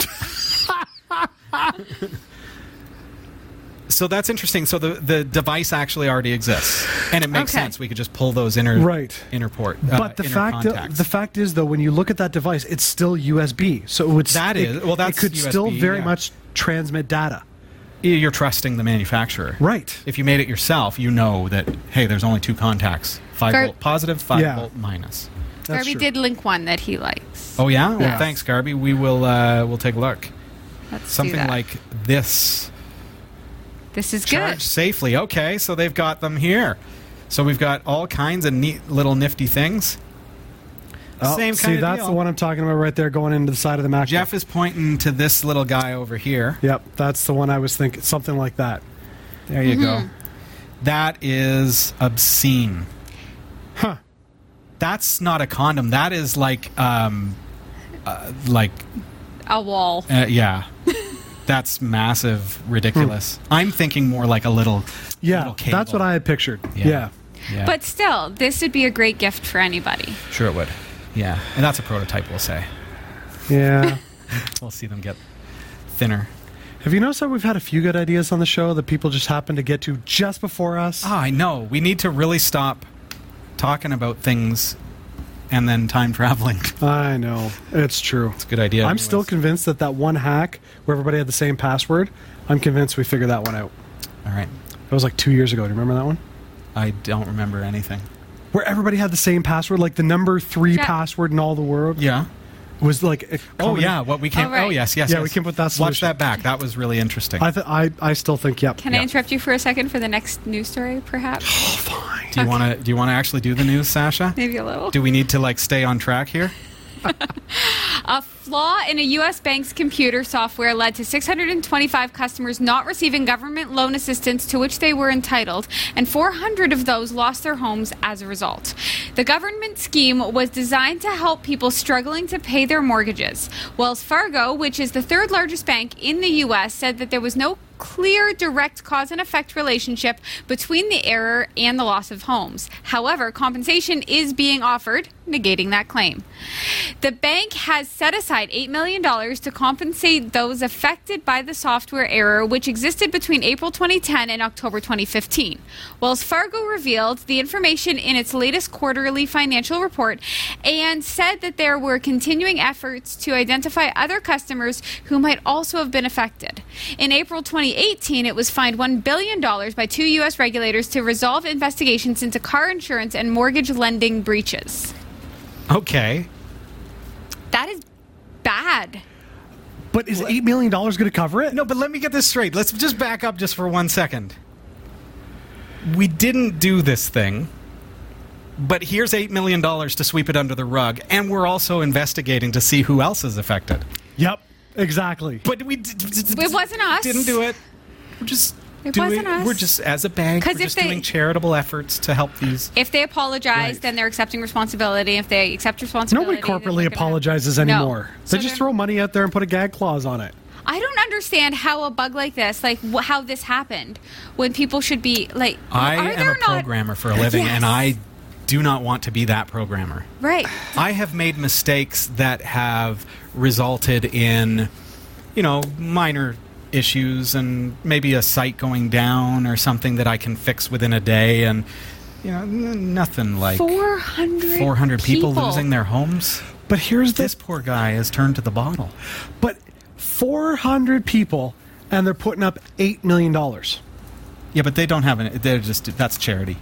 Speaker 6: So that's interesting. So the, the device actually already exists, and it makes
Speaker 3: Okay.
Speaker 6: sense. We could just pull those inner
Speaker 2: Right.
Speaker 6: inner port.
Speaker 2: but the fact the fact is though, when you look at that device, it's still USB. So it would s-
Speaker 6: That
Speaker 2: it-
Speaker 6: is- well, that's
Speaker 2: it could still
Speaker 6: USB,
Speaker 2: very
Speaker 6: yeah.
Speaker 2: much transmit data.
Speaker 6: you're trusting the manufacturer,
Speaker 2: Right.
Speaker 6: If you made it yourself, you know that hey, there's only two contacts: five
Speaker 3: Gar-
Speaker 6: volt positive, five
Speaker 2: Yeah.
Speaker 6: volt minus.
Speaker 2: That's
Speaker 3: Garby
Speaker 2: true.
Speaker 3: did link one that he likes.
Speaker 6: Oh yeah, well
Speaker 2: Yeah.
Speaker 6: thanks, Garby. We will uh, we'll take a look.
Speaker 3: Let's do
Speaker 6: Something
Speaker 3: that.
Speaker 6: like this.
Speaker 3: this is
Speaker 6: charge
Speaker 3: good.
Speaker 6: safely. Okay, so they've got them here. So we've got all kinds of neat little nifty things.
Speaker 2: Oh,
Speaker 6: Same
Speaker 2: see,
Speaker 6: kind of
Speaker 2: that's
Speaker 6: deal.
Speaker 2: the one I'm talking about right there, going into the side of the MacBook.
Speaker 6: Jeff is pointing to this little guy over here.
Speaker 2: Yep, that's the one I was thinking. Something like that. Mm-hmm.
Speaker 6: There you
Speaker 3: Hmm.
Speaker 6: go. That is obscene. Huh. That's not a condom. That is like um uh, like
Speaker 3: A wall.
Speaker 6: uh,
Speaker 3: *laughs*
Speaker 6: yeah. That's massive, ridiculous. I'm thinking more like a little
Speaker 2: Hmm. Yeah,
Speaker 6: little cable.
Speaker 2: that's what I had pictured.
Speaker 6: Yeah.
Speaker 2: Yeah.
Speaker 6: Yeah.
Speaker 3: But still, this would be a great gift for anybody.
Speaker 6: sure it would. Yeah. And that's a prototype, we'll say.
Speaker 2: Yeah. *laughs*
Speaker 6: We'll see them get thinner.
Speaker 2: Have you noticed that we've had a few good ideas on the show that people just happen to get to just before us?
Speaker 6: Ah, I know. We need to really stop talking about things and then time traveling. *laughs*
Speaker 2: I know. It's true. It's a
Speaker 6: good idea.
Speaker 2: I'm still
Speaker 6: Anyways.
Speaker 2: convinced that that one hack where everybody had the same password, I'm convinced we figured that one out.
Speaker 6: All right.
Speaker 2: That was like two years ago. Do you remember that one?
Speaker 6: I don't remember anything.
Speaker 2: Where everybody had the same password, like the number three
Speaker 3: Yeah.
Speaker 2: password in all the world.
Speaker 6: Yeah.
Speaker 2: Was like. a
Speaker 6: Oh
Speaker 2: common-
Speaker 6: yeah, what we came.
Speaker 3: All right.
Speaker 6: Oh yes, yes.
Speaker 2: Yeah,
Speaker 6: yes.
Speaker 2: we can put that
Speaker 6: Watch
Speaker 2: solution.
Speaker 6: that back. That was really interesting.
Speaker 2: I, th- I, I still think, yep.
Speaker 3: Can I
Speaker 6: Yeah.
Speaker 3: interrupt you for a second for the next news story,
Speaker 6: *gasps*
Speaker 3: perhaps?
Speaker 6: do you want to? Do you want to actually do the news, Sasha?
Speaker 3: *laughs* Maybe a little.
Speaker 6: Do we need to like stay on
Speaker 3: *laughs*
Speaker 6: track here?
Speaker 3: A flaw in a U.S. bank's computer software led to 625 customers not receiving government loan assistance to which they were entitled, and 400 of those lost their homes as a result. The government scheme was designed to help people struggling to pay their mortgages. Wells Fargo, which is the third largest bank in the U.S., said that there was no clear direct cause and effect relationship between the error and the loss of homes. However, compensation is being offered, negating that claim. The bank has set aside $8 million to compensate those affected by the software error, which existed between April 2010 and October 2015. Wells Fargo revealed the information in its latest quarterly financial report and said that there were continuing efforts to identify other customers who might also have been affected. In April 2018, it was fined $1 billion by two U.S. regulators to resolve investigations into car insurance and mortgage lending breaches.
Speaker 6: Okay.
Speaker 3: That is bad.
Speaker 2: But is $8 million going to cover it?
Speaker 6: No, but let me get this straight. Let's just back up just for one second. We didn't do this thing, but here's $8 million to sweep it under the rug, and we're also investigating to see who else is affected.
Speaker 2: Yep, exactly.
Speaker 6: But we d- d- d-
Speaker 3: It wasn't us.
Speaker 6: Didn't do it. We're just.
Speaker 3: It
Speaker 6: doing,
Speaker 3: wasn't us.
Speaker 6: We're just as a bank.
Speaker 3: 'Cause
Speaker 6: We're
Speaker 3: if
Speaker 6: just
Speaker 3: they-
Speaker 6: doing charitable efforts to help these.
Speaker 3: If they apologize,
Speaker 2: Right.
Speaker 3: then they're accepting responsibility. If they accept responsibility,
Speaker 2: Nobody
Speaker 3: then they're
Speaker 2: corporately
Speaker 3: gonna-
Speaker 2: apologizes
Speaker 3: No.
Speaker 2: anymore.
Speaker 3: So
Speaker 2: They just
Speaker 3: they're-
Speaker 2: throw money out there and put a gag clause on it.
Speaker 3: I don't understand how a bug like this, like wh- how this happened, when people should be like,
Speaker 6: I
Speaker 3: are
Speaker 6: am
Speaker 3: there
Speaker 6: a
Speaker 3: not-
Speaker 6: programmer for a living,
Speaker 3: Yes.
Speaker 6: and I do not want to be that programmer.
Speaker 3: right?
Speaker 6: I have made mistakes that have resulted in, you know, minor issues and maybe a site going down or something that I can fix within a day, and you know, n- nothing like
Speaker 3: 400
Speaker 6: 400 people, losing their homes.
Speaker 2: But here's the
Speaker 6: This poor guy has turned to the bottle.
Speaker 2: but 400 people and they're putting up 8 million dollars.
Speaker 6: Yeah, but they don't have an. They're just that's charity.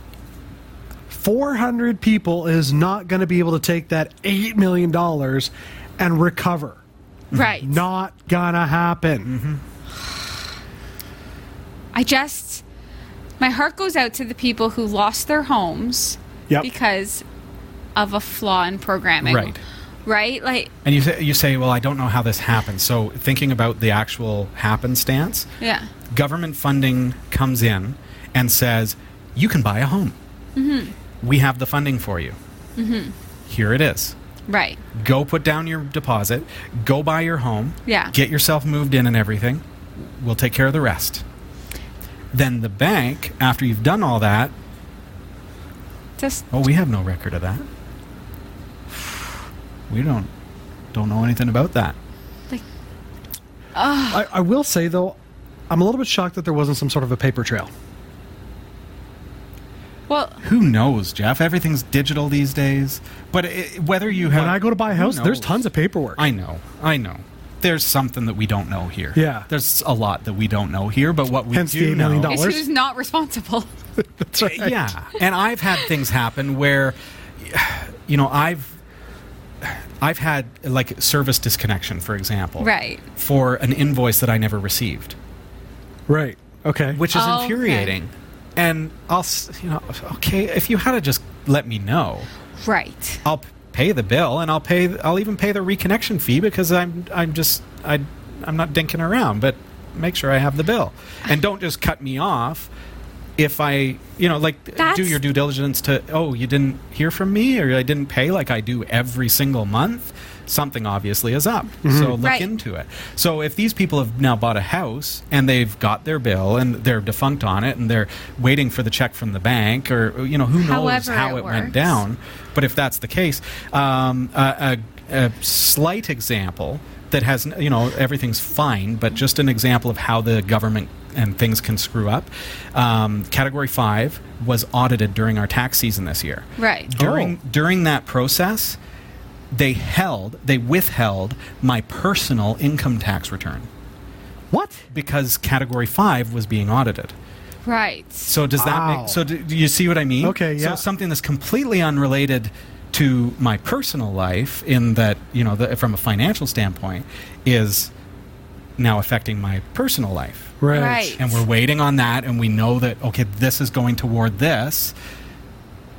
Speaker 2: 400 people is not going to be able to take that 8 million dollars and recover.
Speaker 3: *laughs* Right.
Speaker 2: Not gonna happen.
Speaker 6: Mm-hmm.
Speaker 3: I just, my heart goes out to the people who lost their homes
Speaker 2: Yep.
Speaker 3: because of a flaw in programming.
Speaker 6: Right.
Speaker 3: Right? Like,
Speaker 6: And you say, you say, well, I don't know how this happened. So thinking about the actual happenstance,
Speaker 3: yeah.
Speaker 6: government funding comes in and says, you can buy a home. We have the funding for you. Here it is.
Speaker 3: Right.
Speaker 6: Go put down your deposit. Go buy your home.
Speaker 3: Yeah.
Speaker 6: Get yourself moved in and everything. We'll take care of the rest. Then the bank, after you've done all that,
Speaker 3: Just,
Speaker 6: oh, we have no record of that. *sighs* We don't don't know anything about that.
Speaker 2: I, I will say though, I'm a little bit shocked that there wasn't some sort of a paper trail.
Speaker 3: well,
Speaker 6: Who knows, Jeff? Everything's digital these days. But it, whether you have
Speaker 2: When I go to buy a
Speaker 6: who
Speaker 2: house, there's
Speaker 6: knows?
Speaker 2: tons of paperwork.
Speaker 6: I know, I know. There's something that we don't know here.
Speaker 2: Yeah.
Speaker 6: there's a lot that we don't know here. But what we
Speaker 2: Hence the
Speaker 6: do
Speaker 2: $8 million
Speaker 6: know,
Speaker 2: dollars.
Speaker 3: it's
Speaker 2: Dollars?
Speaker 3: who's not
Speaker 6: *laughs*
Speaker 3: responsible.
Speaker 2: *laughs* That's right.
Speaker 6: yeah. And I've had things happen where, you know, I've. I've had like service disconnection, for example,
Speaker 3: Right.
Speaker 6: for an invoice that I never received.
Speaker 2: Right. Okay.
Speaker 6: which is
Speaker 3: Oh, okay.
Speaker 6: infuriating. And I'll, s- you know, okay, if you had to just let me know,
Speaker 3: Right.
Speaker 6: I'll p- pay the bill and I'll pay, I'll even pay the reconnection fee because I'm, I'm just, I, I'm not dinking around, but make sure I have the bill and don't just cut me off. If I, you know, like
Speaker 3: That's-
Speaker 6: do your due diligence to, oh, you didn't hear from me or I didn't pay like I do every single month, something obviously is up. So look
Speaker 3: Right.
Speaker 6: into to it. So if these people have now bought a house and they've got their bill and they're defunct on it and they're waiting for the check from the bank or you know who knows
Speaker 3: However
Speaker 6: how
Speaker 3: it
Speaker 6: it, went
Speaker 3: works.
Speaker 6: down, but if that's the case, um, a, a, a slight example that has n- you know everything's fine, but just an example of how the government and things can screw up. Um, category five was audited during our tax season this year.
Speaker 3: Right.
Speaker 6: During during that process, they held, they withheld my personal income tax return
Speaker 2: what?
Speaker 6: because category 5 was being audited.
Speaker 3: Right.
Speaker 6: So does that
Speaker 2: Wow.
Speaker 6: make so do, do you see what I mean?
Speaker 2: Okay, yeah.
Speaker 6: So something that's completely unrelated to my personal life in that, you know, the, from a financial standpoint is now affecting my personal life.
Speaker 2: Right.
Speaker 3: Right.
Speaker 6: And we're waiting on that and we know that okay, this is going toward this.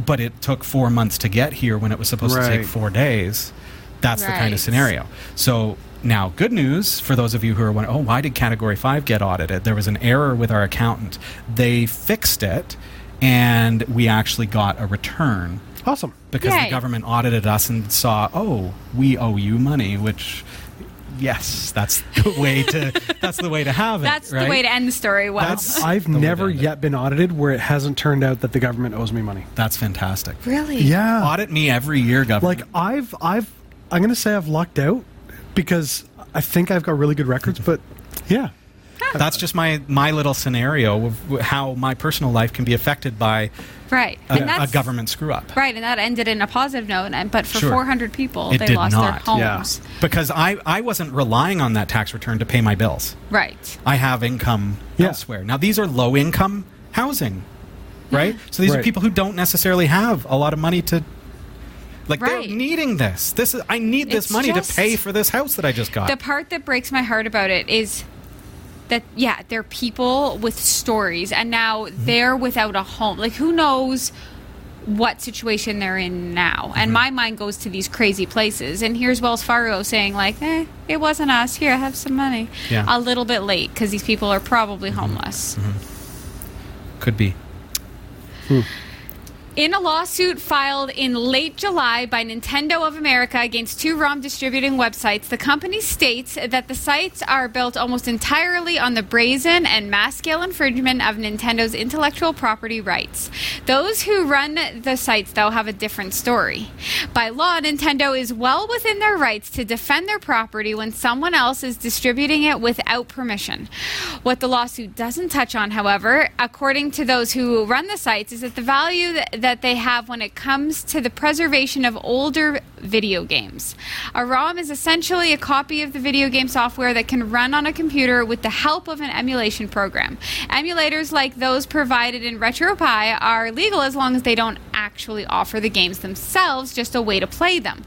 Speaker 6: But it took 4 months to get here when it was supposed to
Speaker 2: Right.
Speaker 6: take 4 days. That's the kind
Speaker 3: Right.
Speaker 6: of scenario. So now, good news for those of you who are wondering, oh, why did Category 5 get audited? There was an error with our accountant. They fixed it, and we actually got a return
Speaker 2: Awesome.
Speaker 6: because
Speaker 3: Yay.
Speaker 6: the government audited us and saw, oh, we owe you money, which, yes, that's the way to, *laughs* that's the way to have it.
Speaker 3: That's
Speaker 6: right?
Speaker 3: the way to end the story. Well,
Speaker 6: That's-
Speaker 2: I've
Speaker 6: way
Speaker 2: never
Speaker 6: down to-
Speaker 2: yet been audited where it hasn't turned out that the government owes me money.
Speaker 6: That's fantastic.
Speaker 3: really?
Speaker 6: Audit me every year, government.
Speaker 2: Like I've I've I'm gonna say I've lucked out because I think I've got really good records, but yeah.
Speaker 6: that's just my, my little scenario of how my personal life can be affected by
Speaker 3: Right.
Speaker 6: a,
Speaker 3: And
Speaker 6: a
Speaker 3: that's
Speaker 6: government screw up.
Speaker 3: Right, and that ended in a positive note. And but for
Speaker 6: Sure.
Speaker 3: 400 people,
Speaker 6: It
Speaker 3: they
Speaker 6: did
Speaker 3: lost their
Speaker 6: not,
Speaker 2: yeah.
Speaker 3: homes.
Speaker 6: because I, I wasn't relying on that tax return to pay my bills.
Speaker 3: Right.
Speaker 6: I have income
Speaker 2: Yeah.
Speaker 6: elsewhere. Now these are low income housing, right? So these are
Speaker 2: Right.
Speaker 6: people who don't necessarily have a lot of money to like
Speaker 3: Right.
Speaker 6: they're needing this. This is I need this
Speaker 3: It's
Speaker 6: money to
Speaker 3: just-
Speaker 6: pay for this house that I just got.
Speaker 3: The part that breaks my heart about it is that yeah, they're people with stories, and now they're without a home. Like who knows what situation they're in now? And my mind goes to these crazy places. And here's Wells Fargo saying like, "Eh, it wasn't us. Here, have some money."
Speaker 6: Yeah.
Speaker 3: A little bit late because these people are probably homeless.
Speaker 6: Could be.
Speaker 3: in a lawsuit filed in late July by Nintendo of America against two ROM distributing websites, the company states that the sites are built almost entirely on the brazen and mass scale infringement of Nintendo's intellectual property rights. Those who run the sites, though, have a different story. By law, Nintendo is well within their rights to defend their property when someone else is distributing it without permission. What the lawsuit doesn't touch on, however, according to those who run the sites, is that the value that, that they have when it comes to the preservation of older video games. A ROM is essentially a copy of the video game software that can run on a computer with the help of an emulation program. Emulators like those provided in RetroPie are legal as long as they don't actually offer the games themselves, just a way to play them.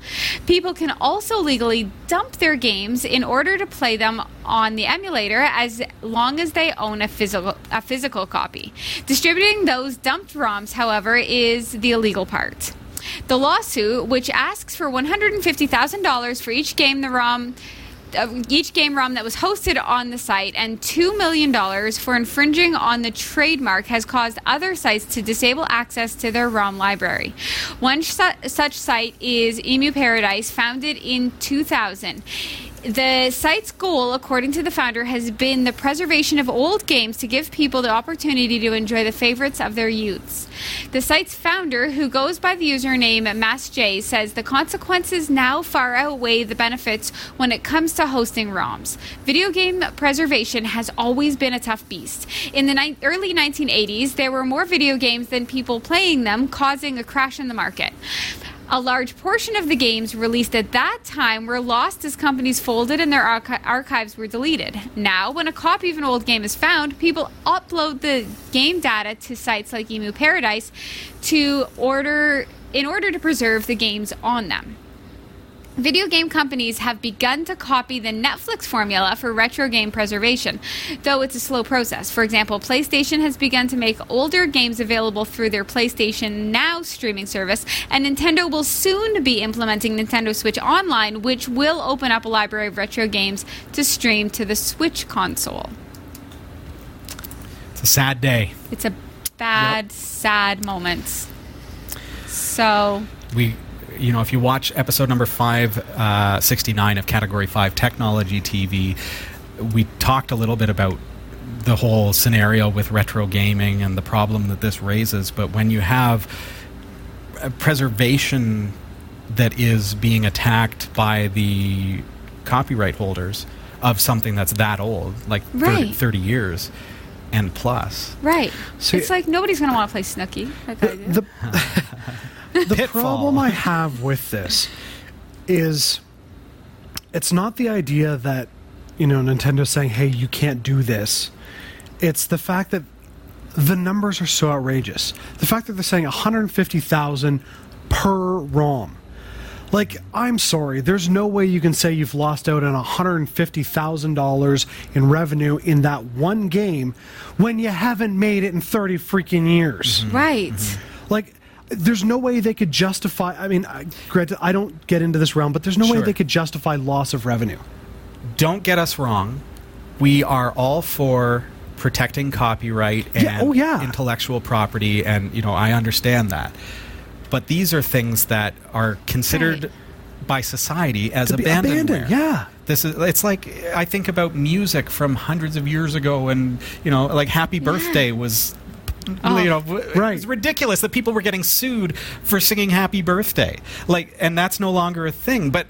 Speaker 3: People can also legally dump their games in order to play them on the emulator as long as they own a physical a physical copy. Distributing those dumped ROMs, however, is the illegal part. The lawsuit, which asks for $150,000 for each game the ROM of each game ROM that was hosted on the site and $2 million for infringing on the trademark has caused other sites to disable access to their ROM library. One su- such site is Emu Paradise, founded in 2000. The site's goal, according to the founder, has been the preservation of old games to give people the opportunity to enjoy the favorites of their youths. The site's founder, who goes by the username MassJ, says the consequences now far outweigh the benefits when it comes to hosting ROMs. Video game preservation has always been a tough beast. In the ni- early 1980s, there were more video games than people playing them, causing a crash in the market. A large portion of the games released at that time were lost as companies folded and their archi- archives were deleted. Now, when a copy of an old game is found, people upload the game data to sites like Emu Paradise to order in order to preserve the games on them. Video game companies have begun to copy the Netflix formula for retro game preservation, though it's a slow process. For example, PlayStation has begun to make older games available through their PlayStation Now streaming service, and Nintendo will soon be implementing Nintendo Switch Online, which will open up a library of retro games to stream to the Switch console.
Speaker 6: It's a sad day.
Speaker 3: It's a bad, sad moment. So,
Speaker 6: we you know if you watch episode number 569 of category 5 technology tv we talked a little bit about the whole scenario with retro gaming and the problem that this raises but when you have a preservation that is being attacked by the copyright holders of something that's that old like 30,
Speaker 3: Right.
Speaker 6: 30 years and plus
Speaker 3: right.
Speaker 2: See-
Speaker 3: it's like nobody's going to want to play Snooki. Like I do.
Speaker 2: *laughs* The, the
Speaker 6: Pitfall.
Speaker 2: problem I have with this is it's not the idea that, you know, Nintendo's saying, hey, you can't do this. It's the fact that the numbers are so outrageous. The fact that they're saying 150,000 per ROM. Like, I'm sorry, there's no way you can say you've lost out on $150,000 in revenue in that one game when you haven't made it in 30 freaking years.
Speaker 3: right.
Speaker 2: Like, there's no way they could justify. I mean, I, granted, I don't get into this realm, but there's no way
Speaker 6: Sure.
Speaker 2: they could justify loss of revenue.
Speaker 6: don't get us wrong. We are all for protecting copyright and
Speaker 2: Yeah, oh, yeah.
Speaker 6: intellectual property, and you know I understand that. But these are things that are considered
Speaker 3: Right.
Speaker 6: by society as
Speaker 2: To be
Speaker 6: abandonware.
Speaker 2: abandoned, yeah.
Speaker 6: This is it's like I think about music from hundreds of years ago and you know like happy birthday was
Speaker 3: Oh.
Speaker 6: you know w- it
Speaker 2: Right.
Speaker 6: was ridiculous that people were getting sued for singing happy birthday. Like and that's no longer a thing, but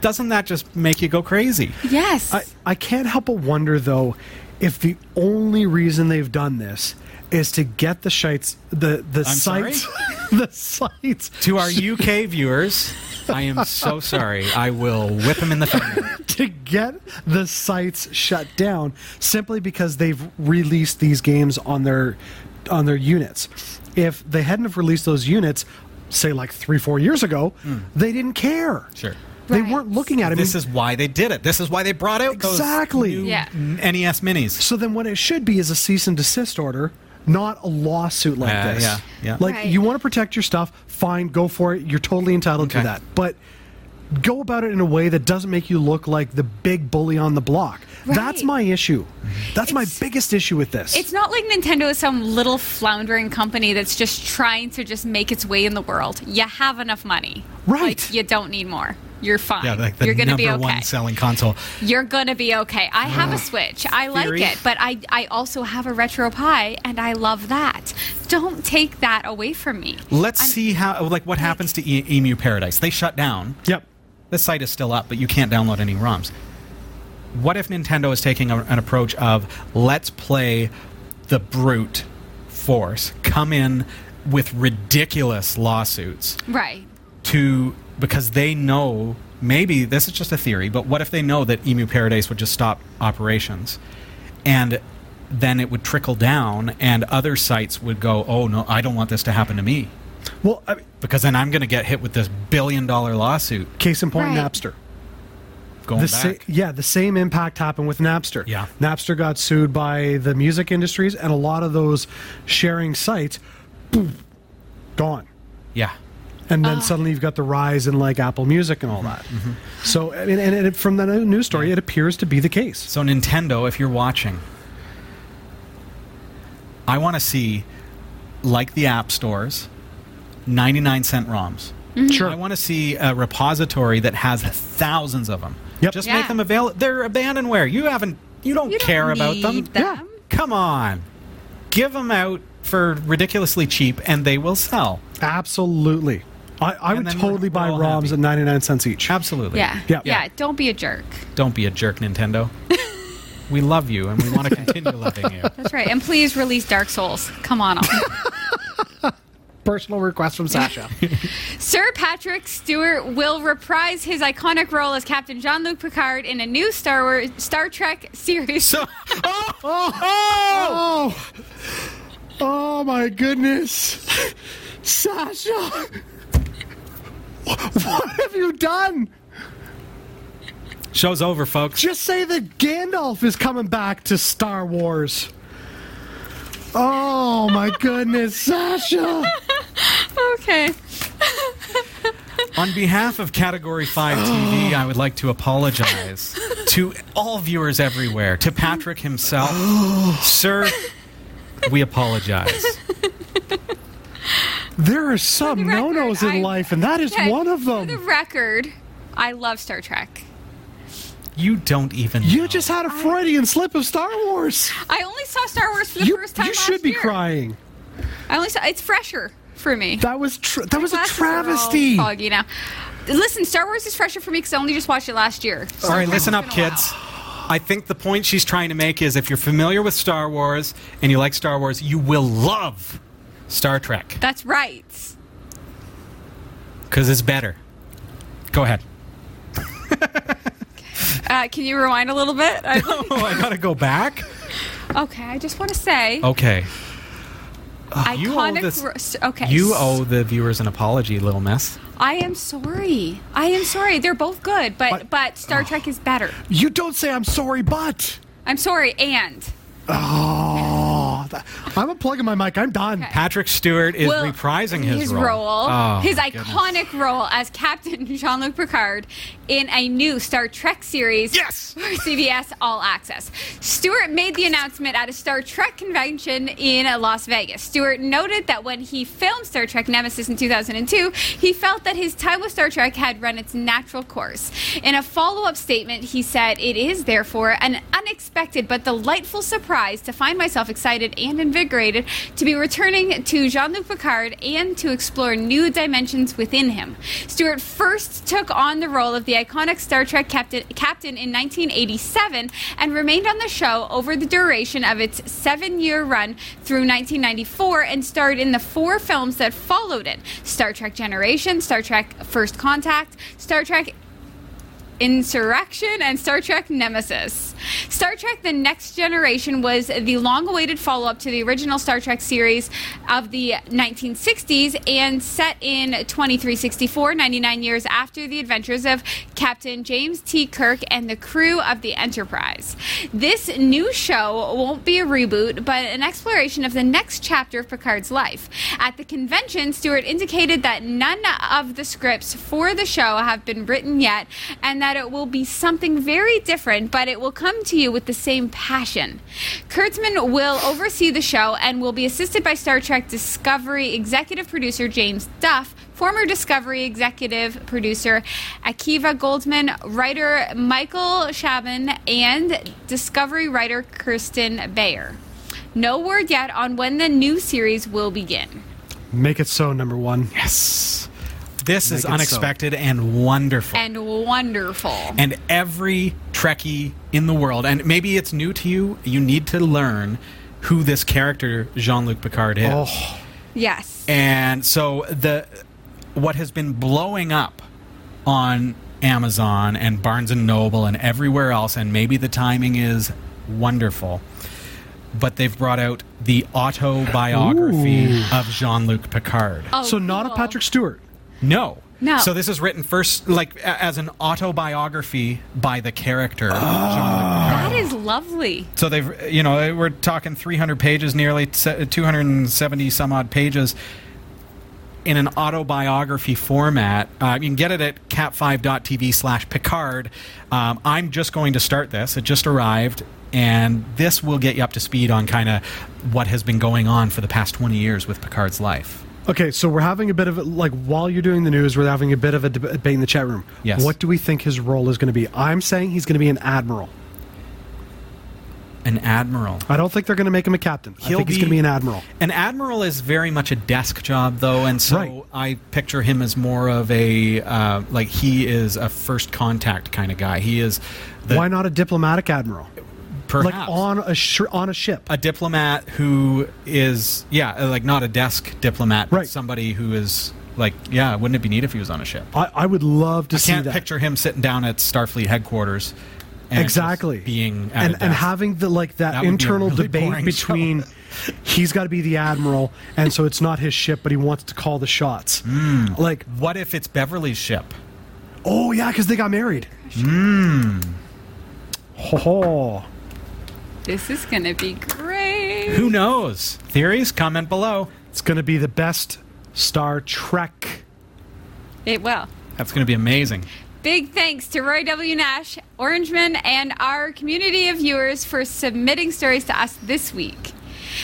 Speaker 6: doesn't that just make you go crazy?
Speaker 3: Yes.
Speaker 2: I, I can't help but wonder, though, if the only reason they've done this is to get the shites, the the
Speaker 6: sorry?
Speaker 2: sites, *laughs* the sites
Speaker 6: To our UK viewers, I am so sorry. I will whip him in the finger.
Speaker 2: to get the sites shut down simply because they've released these games on their on their units. If they hadn't have released those units, say like three four years ago, they didn't care.
Speaker 6: Hmm. Sure.
Speaker 2: They
Speaker 3: Right.
Speaker 2: weren't looking at it. I
Speaker 6: This
Speaker 2: mean,
Speaker 6: is why they did it. This is why they brought out those
Speaker 2: Exactly.
Speaker 6: new
Speaker 3: Yeah.
Speaker 6: NES minis.
Speaker 2: so then what it should be is a cease and desist order, not a lawsuit like
Speaker 6: Yeah,
Speaker 2: this.
Speaker 6: yeah, yeah.
Speaker 2: Like
Speaker 3: Right.
Speaker 2: you want to protect your stuff, fine, go for it. You're totally entitled
Speaker 6: Okay.
Speaker 2: to that. But go about it in a way that doesn't make you look like the big bully on the block. That's
Speaker 3: Right.
Speaker 2: my issue. That's my
Speaker 3: It's-
Speaker 2: biggest issue with this.
Speaker 3: It's not like Nintendo is some little floundering company that's just trying to just make its way in the world. You have enough money.
Speaker 2: Right.
Speaker 3: Like, you don't need more. You're fine.
Speaker 6: Yeah, like the
Speaker 3: You're gonna
Speaker 6: number
Speaker 3: be okay.
Speaker 6: one selling console.
Speaker 3: You're gonna be okay. I have a Switch. I
Speaker 6: Theory.
Speaker 3: like it, but I I also have a retro pie and I love that. Don't take that away from me.
Speaker 6: Let's
Speaker 3: I'm-
Speaker 6: see how like what happens to e- Emu Paradise. They shut down.
Speaker 2: Yep.
Speaker 6: The site is still up, but you can't download any ROMs. What if Nintendo is taking a, an approach of let's play the brute force, come in with ridiculous lawsuits
Speaker 3: Right.
Speaker 6: to because they know maybe this is just a theory, but what if they know that Emu Paradise would just stop operations and then it would trickle down and other sites would go, "Oh no, I don't want this to happen to me."
Speaker 2: Well, I mean,
Speaker 6: Because then I'm going to get hit with this billion dollar lawsuit
Speaker 2: case in point,
Speaker 3: Right.
Speaker 2: Napster.
Speaker 6: going
Speaker 2: the
Speaker 6: back.
Speaker 2: sa- yeah, the same impact happened with Napster.
Speaker 6: Yeah.
Speaker 2: Napster got sued by the music industries and a lot of those sharing sites, boom, gone.
Speaker 6: yeah.
Speaker 2: And then suddenly you've got the rise in like Apple Music and all that.
Speaker 6: Mm-hmm.
Speaker 2: So, I mean, and, it, from the news story, it appears to be the case.
Speaker 6: So Nintendo, if you're watching, I want to see like the app stores 99 cent ROMs.
Speaker 3: Mm-hmm.
Speaker 2: Sure.
Speaker 6: I want to see a repository that has thousands of them.
Speaker 2: Yep.
Speaker 6: Just
Speaker 3: Yeah.
Speaker 6: make them available. They're abandonware. You haven't. You don't
Speaker 3: You don't
Speaker 6: care about
Speaker 3: need
Speaker 6: them.
Speaker 3: them. Yeah.
Speaker 6: Come on, give them out for ridiculously cheap, and they will sell.
Speaker 2: Absolutely. I, I
Speaker 6: And
Speaker 2: would
Speaker 6: then we're-
Speaker 2: totally
Speaker 6: we're
Speaker 2: buy
Speaker 6: all
Speaker 2: ROMs
Speaker 6: happy.
Speaker 2: at 99 cents each.
Speaker 6: Absolutely.
Speaker 3: Yeah.
Speaker 2: Yeah.
Speaker 3: Yeah. Don't be a jerk.
Speaker 6: Don't be a jerk,
Speaker 3: *laughs*
Speaker 6: Nintendo. we love you, and we want to continue loving you.
Speaker 3: That's right. And please release Dark Souls. Come on. All.
Speaker 9: Personal request from Sasha.
Speaker 2: *laughs*
Speaker 3: Sir Patrick Stewart will reprise his iconic role as Captain Jean Luc Picard in a new Star Wars Star Trek series.
Speaker 6: So, *laughs* oh,
Speaker 9: oh! Oh my goodness. Sasha! What have you done?
Speaker 6: show's over, folks.
Speaker 9: Just say that Gandalf is coming back to Star Wars. Oh my goodness, Sasha!
Speaker 3: *laughs* okay.
Speaker 6: On behalf of Category *gasps* 5 TV, I would like to apologize to all viewers everywhere, to Patrick *gasps* himself. Sir, we apologize.
Speaker 2: There are some
Speaker 3: the
Speaker 2: no
Speaker 3: record,
Speaker 2: nos in
Speaker 3: I-
Speaker 2: life, and that is
Speaker 3: Okay,
Speaker 2: one of
Speaker 3: for
Speaker 2: them.
Speaker 3: the record, I love Star Trek.
Speaker 6: You don't even know.
Speaker 2: You just had a Freudian slip of Star Wars.
Speaker 3: I only saw Star Wars for the
Speaker 2: You,
Speaker 3: first time
Speaker 2: you
Speaker 3: last
Speaker 2: should be
Speaker 3: year.
Speaker 2: crying.
Speaker 3: I only saw it's fresher for me.
Speaker 2: That was tr- that was a
Speaker 3: Glasses are all
Speaker 2: travesty.
Speaker 3: Foggy now. Listen, Star Wars is fresher for me because I only just watched it last year. So
Speaker 6: All right,
Speaker 3: it's
Speaker 6: listen
Speaker 3: been
Speaker 6: up,
Speaker 3: a while.
Speaker 6: kids. I think the point she's trying to make is if you're familiar with Star Wars and you like Star Wars, you will love Star Trek
Speaker 3: That's right.
Speaker 6: because it's better. Go ahead.
Speaker 3: Uh, can you rewind a little bit? I-
Speaker 6: *laughs* Oh, I gotta go back?
Speaker 3: *laughs* okay, I just want to say
Speaker 6: Okay. Oh, you owe
Speaker 3: iconic.
Speaker 6: this-
Speaker 3: ro- s- okay,
Speaker 6: You
Speaker 3: s-
Speaker 6: owe the viewers an apology, little mess.
Speaker 3: I am sorry. I am sorry. They're both good, but but, Star Trek is better.
Speaker 9: You don't say I'm sorry, but.
Speaker 3: I'm sorry, and
Speaker 9: Oh, that- I'm unplugging my mic. I'm done.
Speaker 6: Patrick Stewart is
Speaker 3: will-
Speaker 6: reprising his,
Speaker 3: his
Speaker 6: role. Oh,
Speaker 3: his
Speaker 6: my
Speaker 3: iconic role as Captain *laughs* Jean-Luc Picard in a new Star Trek series.
Speaker 6: Yes!
Speaker 3: for CBS All Access. Stewart made the announcement at a Star Trek convention in Las Vegas. Stewart noted that when he filmed Star Trek Nemesis in 2002, he felt that his time with Star Trek had run its natural course. In a follow up statement, he said, It is therefore an unexpected but delightful surprise to find myself excited and invigorated to be returning to Jean Luc Picard and to explore new dimensions within him. Stewart first took on the role of the iconic Star Trek captain, captain in 1987 and remained on the show over the duration of its seven year run through 1994 and starred in the four films that followed it Star Trek Generation, Star Trek First Contact, Star Trek Insurrection, and Star Trek Nemesis. Star Trek The Next Generation was the long awaited follow up to the original Star Trek series of the 1960s and set in 2364, 99 years after the adventures of Captain James T. Kirk and the crew of the Enterprise. This new show won't be a reboot, but an exploration of the next chapter of Picard's life. At the convention, Stewart indicated that none of the scripts for the show have been written yet and that it will be something very different, but it will come to you with the same passion. Kurtzman will oversee the show and will be assisted by Star Trek Discovery executive producer James Duff, former Discovery executive producer Akiva Goldman, writer Michael Chabon, and Discovery writer Kirsten Bayer. No word yet on when the new series will begin.
Speaker 2: Make it so, number one.
Speaker 6: Yes. This is
Speaker 2: Make it so.
Speaker 6: unexpected and wonderful.
Speaker 3: And wonderful.
Speaker 6: And every Trekkie in the world, and maybe it's new to you, you need to learn who this character Jean Luc Picard is.
Speaker 2: Oh,
Speaker 3: Yes.
Speaker 6: And so the what has been blowing up on Amazon and Barnes and Noble and everywhere else, and maybe the timing is wonderful. But they've brought out the autobiography of Jean Luc Picard.
Speaker 3: Oh,
Speaker 2: so not
Speaker 3: cool.
Speaker 2: a Patrick Stewart.
Speaker 6: No.
Speaker 3: No.
Speaker 6: So this is written first, like a- as an autobiography by the character. Jean-Luc
Speaker 3: That
Speaker 6: Picard.
Speaker 3: is lovely.
Speaker 6: So they've, you know, we're talking 300 pages, nearly se- 270 some odd pages in an autobiography format. Uh, you can get it at cat5.tv slash Picard. Um, I'm just going to start this. It just arrived. And this will get you up to speed on kind of what has been going on for the past 20 years with Picard's life.
Speaker 2: Okay, so we're having a bit of a, like while you're doing the news, we're having a bit of a deb- debate in the chat room.
Speaker 6: Yes.
Speaker 2: What do we think his role is going to be? I'm saying he's going to be an admiral.
Speaker 6: An admiral.
Speaker 2: I don't think they're going to make him a captain. I think he's going to be an admiral.
Speaker 6: An admiral is very much a desk job, though, and so
Speaker 2: Right.
Speaker 6: I picture him as more of a uh, like he is a first contact kind of guy. He is the
Speaker 2: Why not a diplomatic admiral?
Speaker 6: perhaps
Speaker 2: Like on a sh- on a ship.
Speaker 6: a diplomat who is yeah uh, like not a desk diplomat, but
Speaker 2: Right.
Speaker 6: Somebody who is like yeah, wouldn't it be neat if he was on a ship?
Speaker 2: I, I would love to
Speaker 6: I
Speaker 2: see
Speaker 6: can't
Speaker 2: that.
Speaker 6: picture him sitting down at Starfleet headquarters. And just
Speaker 2: exactly
Speaker 6: being at a
Speaker 2: and, and
Speaker 6: desk.
Speaker 2: having the like that,
Speaker 6: That would be a
Speaker 2: internal
Speaker 6: really boring *laughs*
Speaker 2: debate between he's got to be the admiral and so it's not his ship but he wants to call the shots
Speaker 6: Hmm.
Speaker 2: like
Speaker 6: what if it's Beverly's ship?
Speaker 2: oh yeah because they got married
Speaker 6: Hmm.
Speaker 2: Ho ho
Speaker 3: This is going to be great.
Speaker 6: Who knows? Theories? Comment below.
Speaker 2: it's gonna be the best Star Trek
Speaker 3: It will.
Speaker 6: That's going to be amazing.
Speaker 3: Big thanks to Roy W. Nash, Orangeman, and our community of viewers for submitting stories to us this week.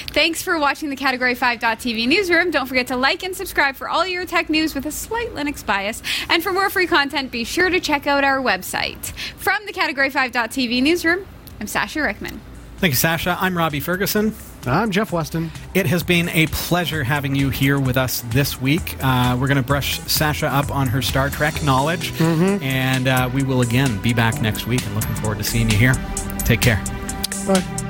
Speaker 3: Thanks for watching the Category 5.tv newsroom. Don't forget to like and subscribe for all your tech news with a slight Linux bias. And for more free content, be sure to check out our website. From the Category 5.tv newsroom, I'm Sasha Rickman.
Speaker 6: Thank you, Sasha. I'm Robbie Ferguson.
Speaker 2: I'm Jeff Weston
Speaker 6: It has been a pleasure having you here with us this week. Uh, we're going to brush Sasha up on her Star Trek knowledge, and uh, we will again be back next week. And looking forward to seeing you here. Take care.
Speaker 2: Bye.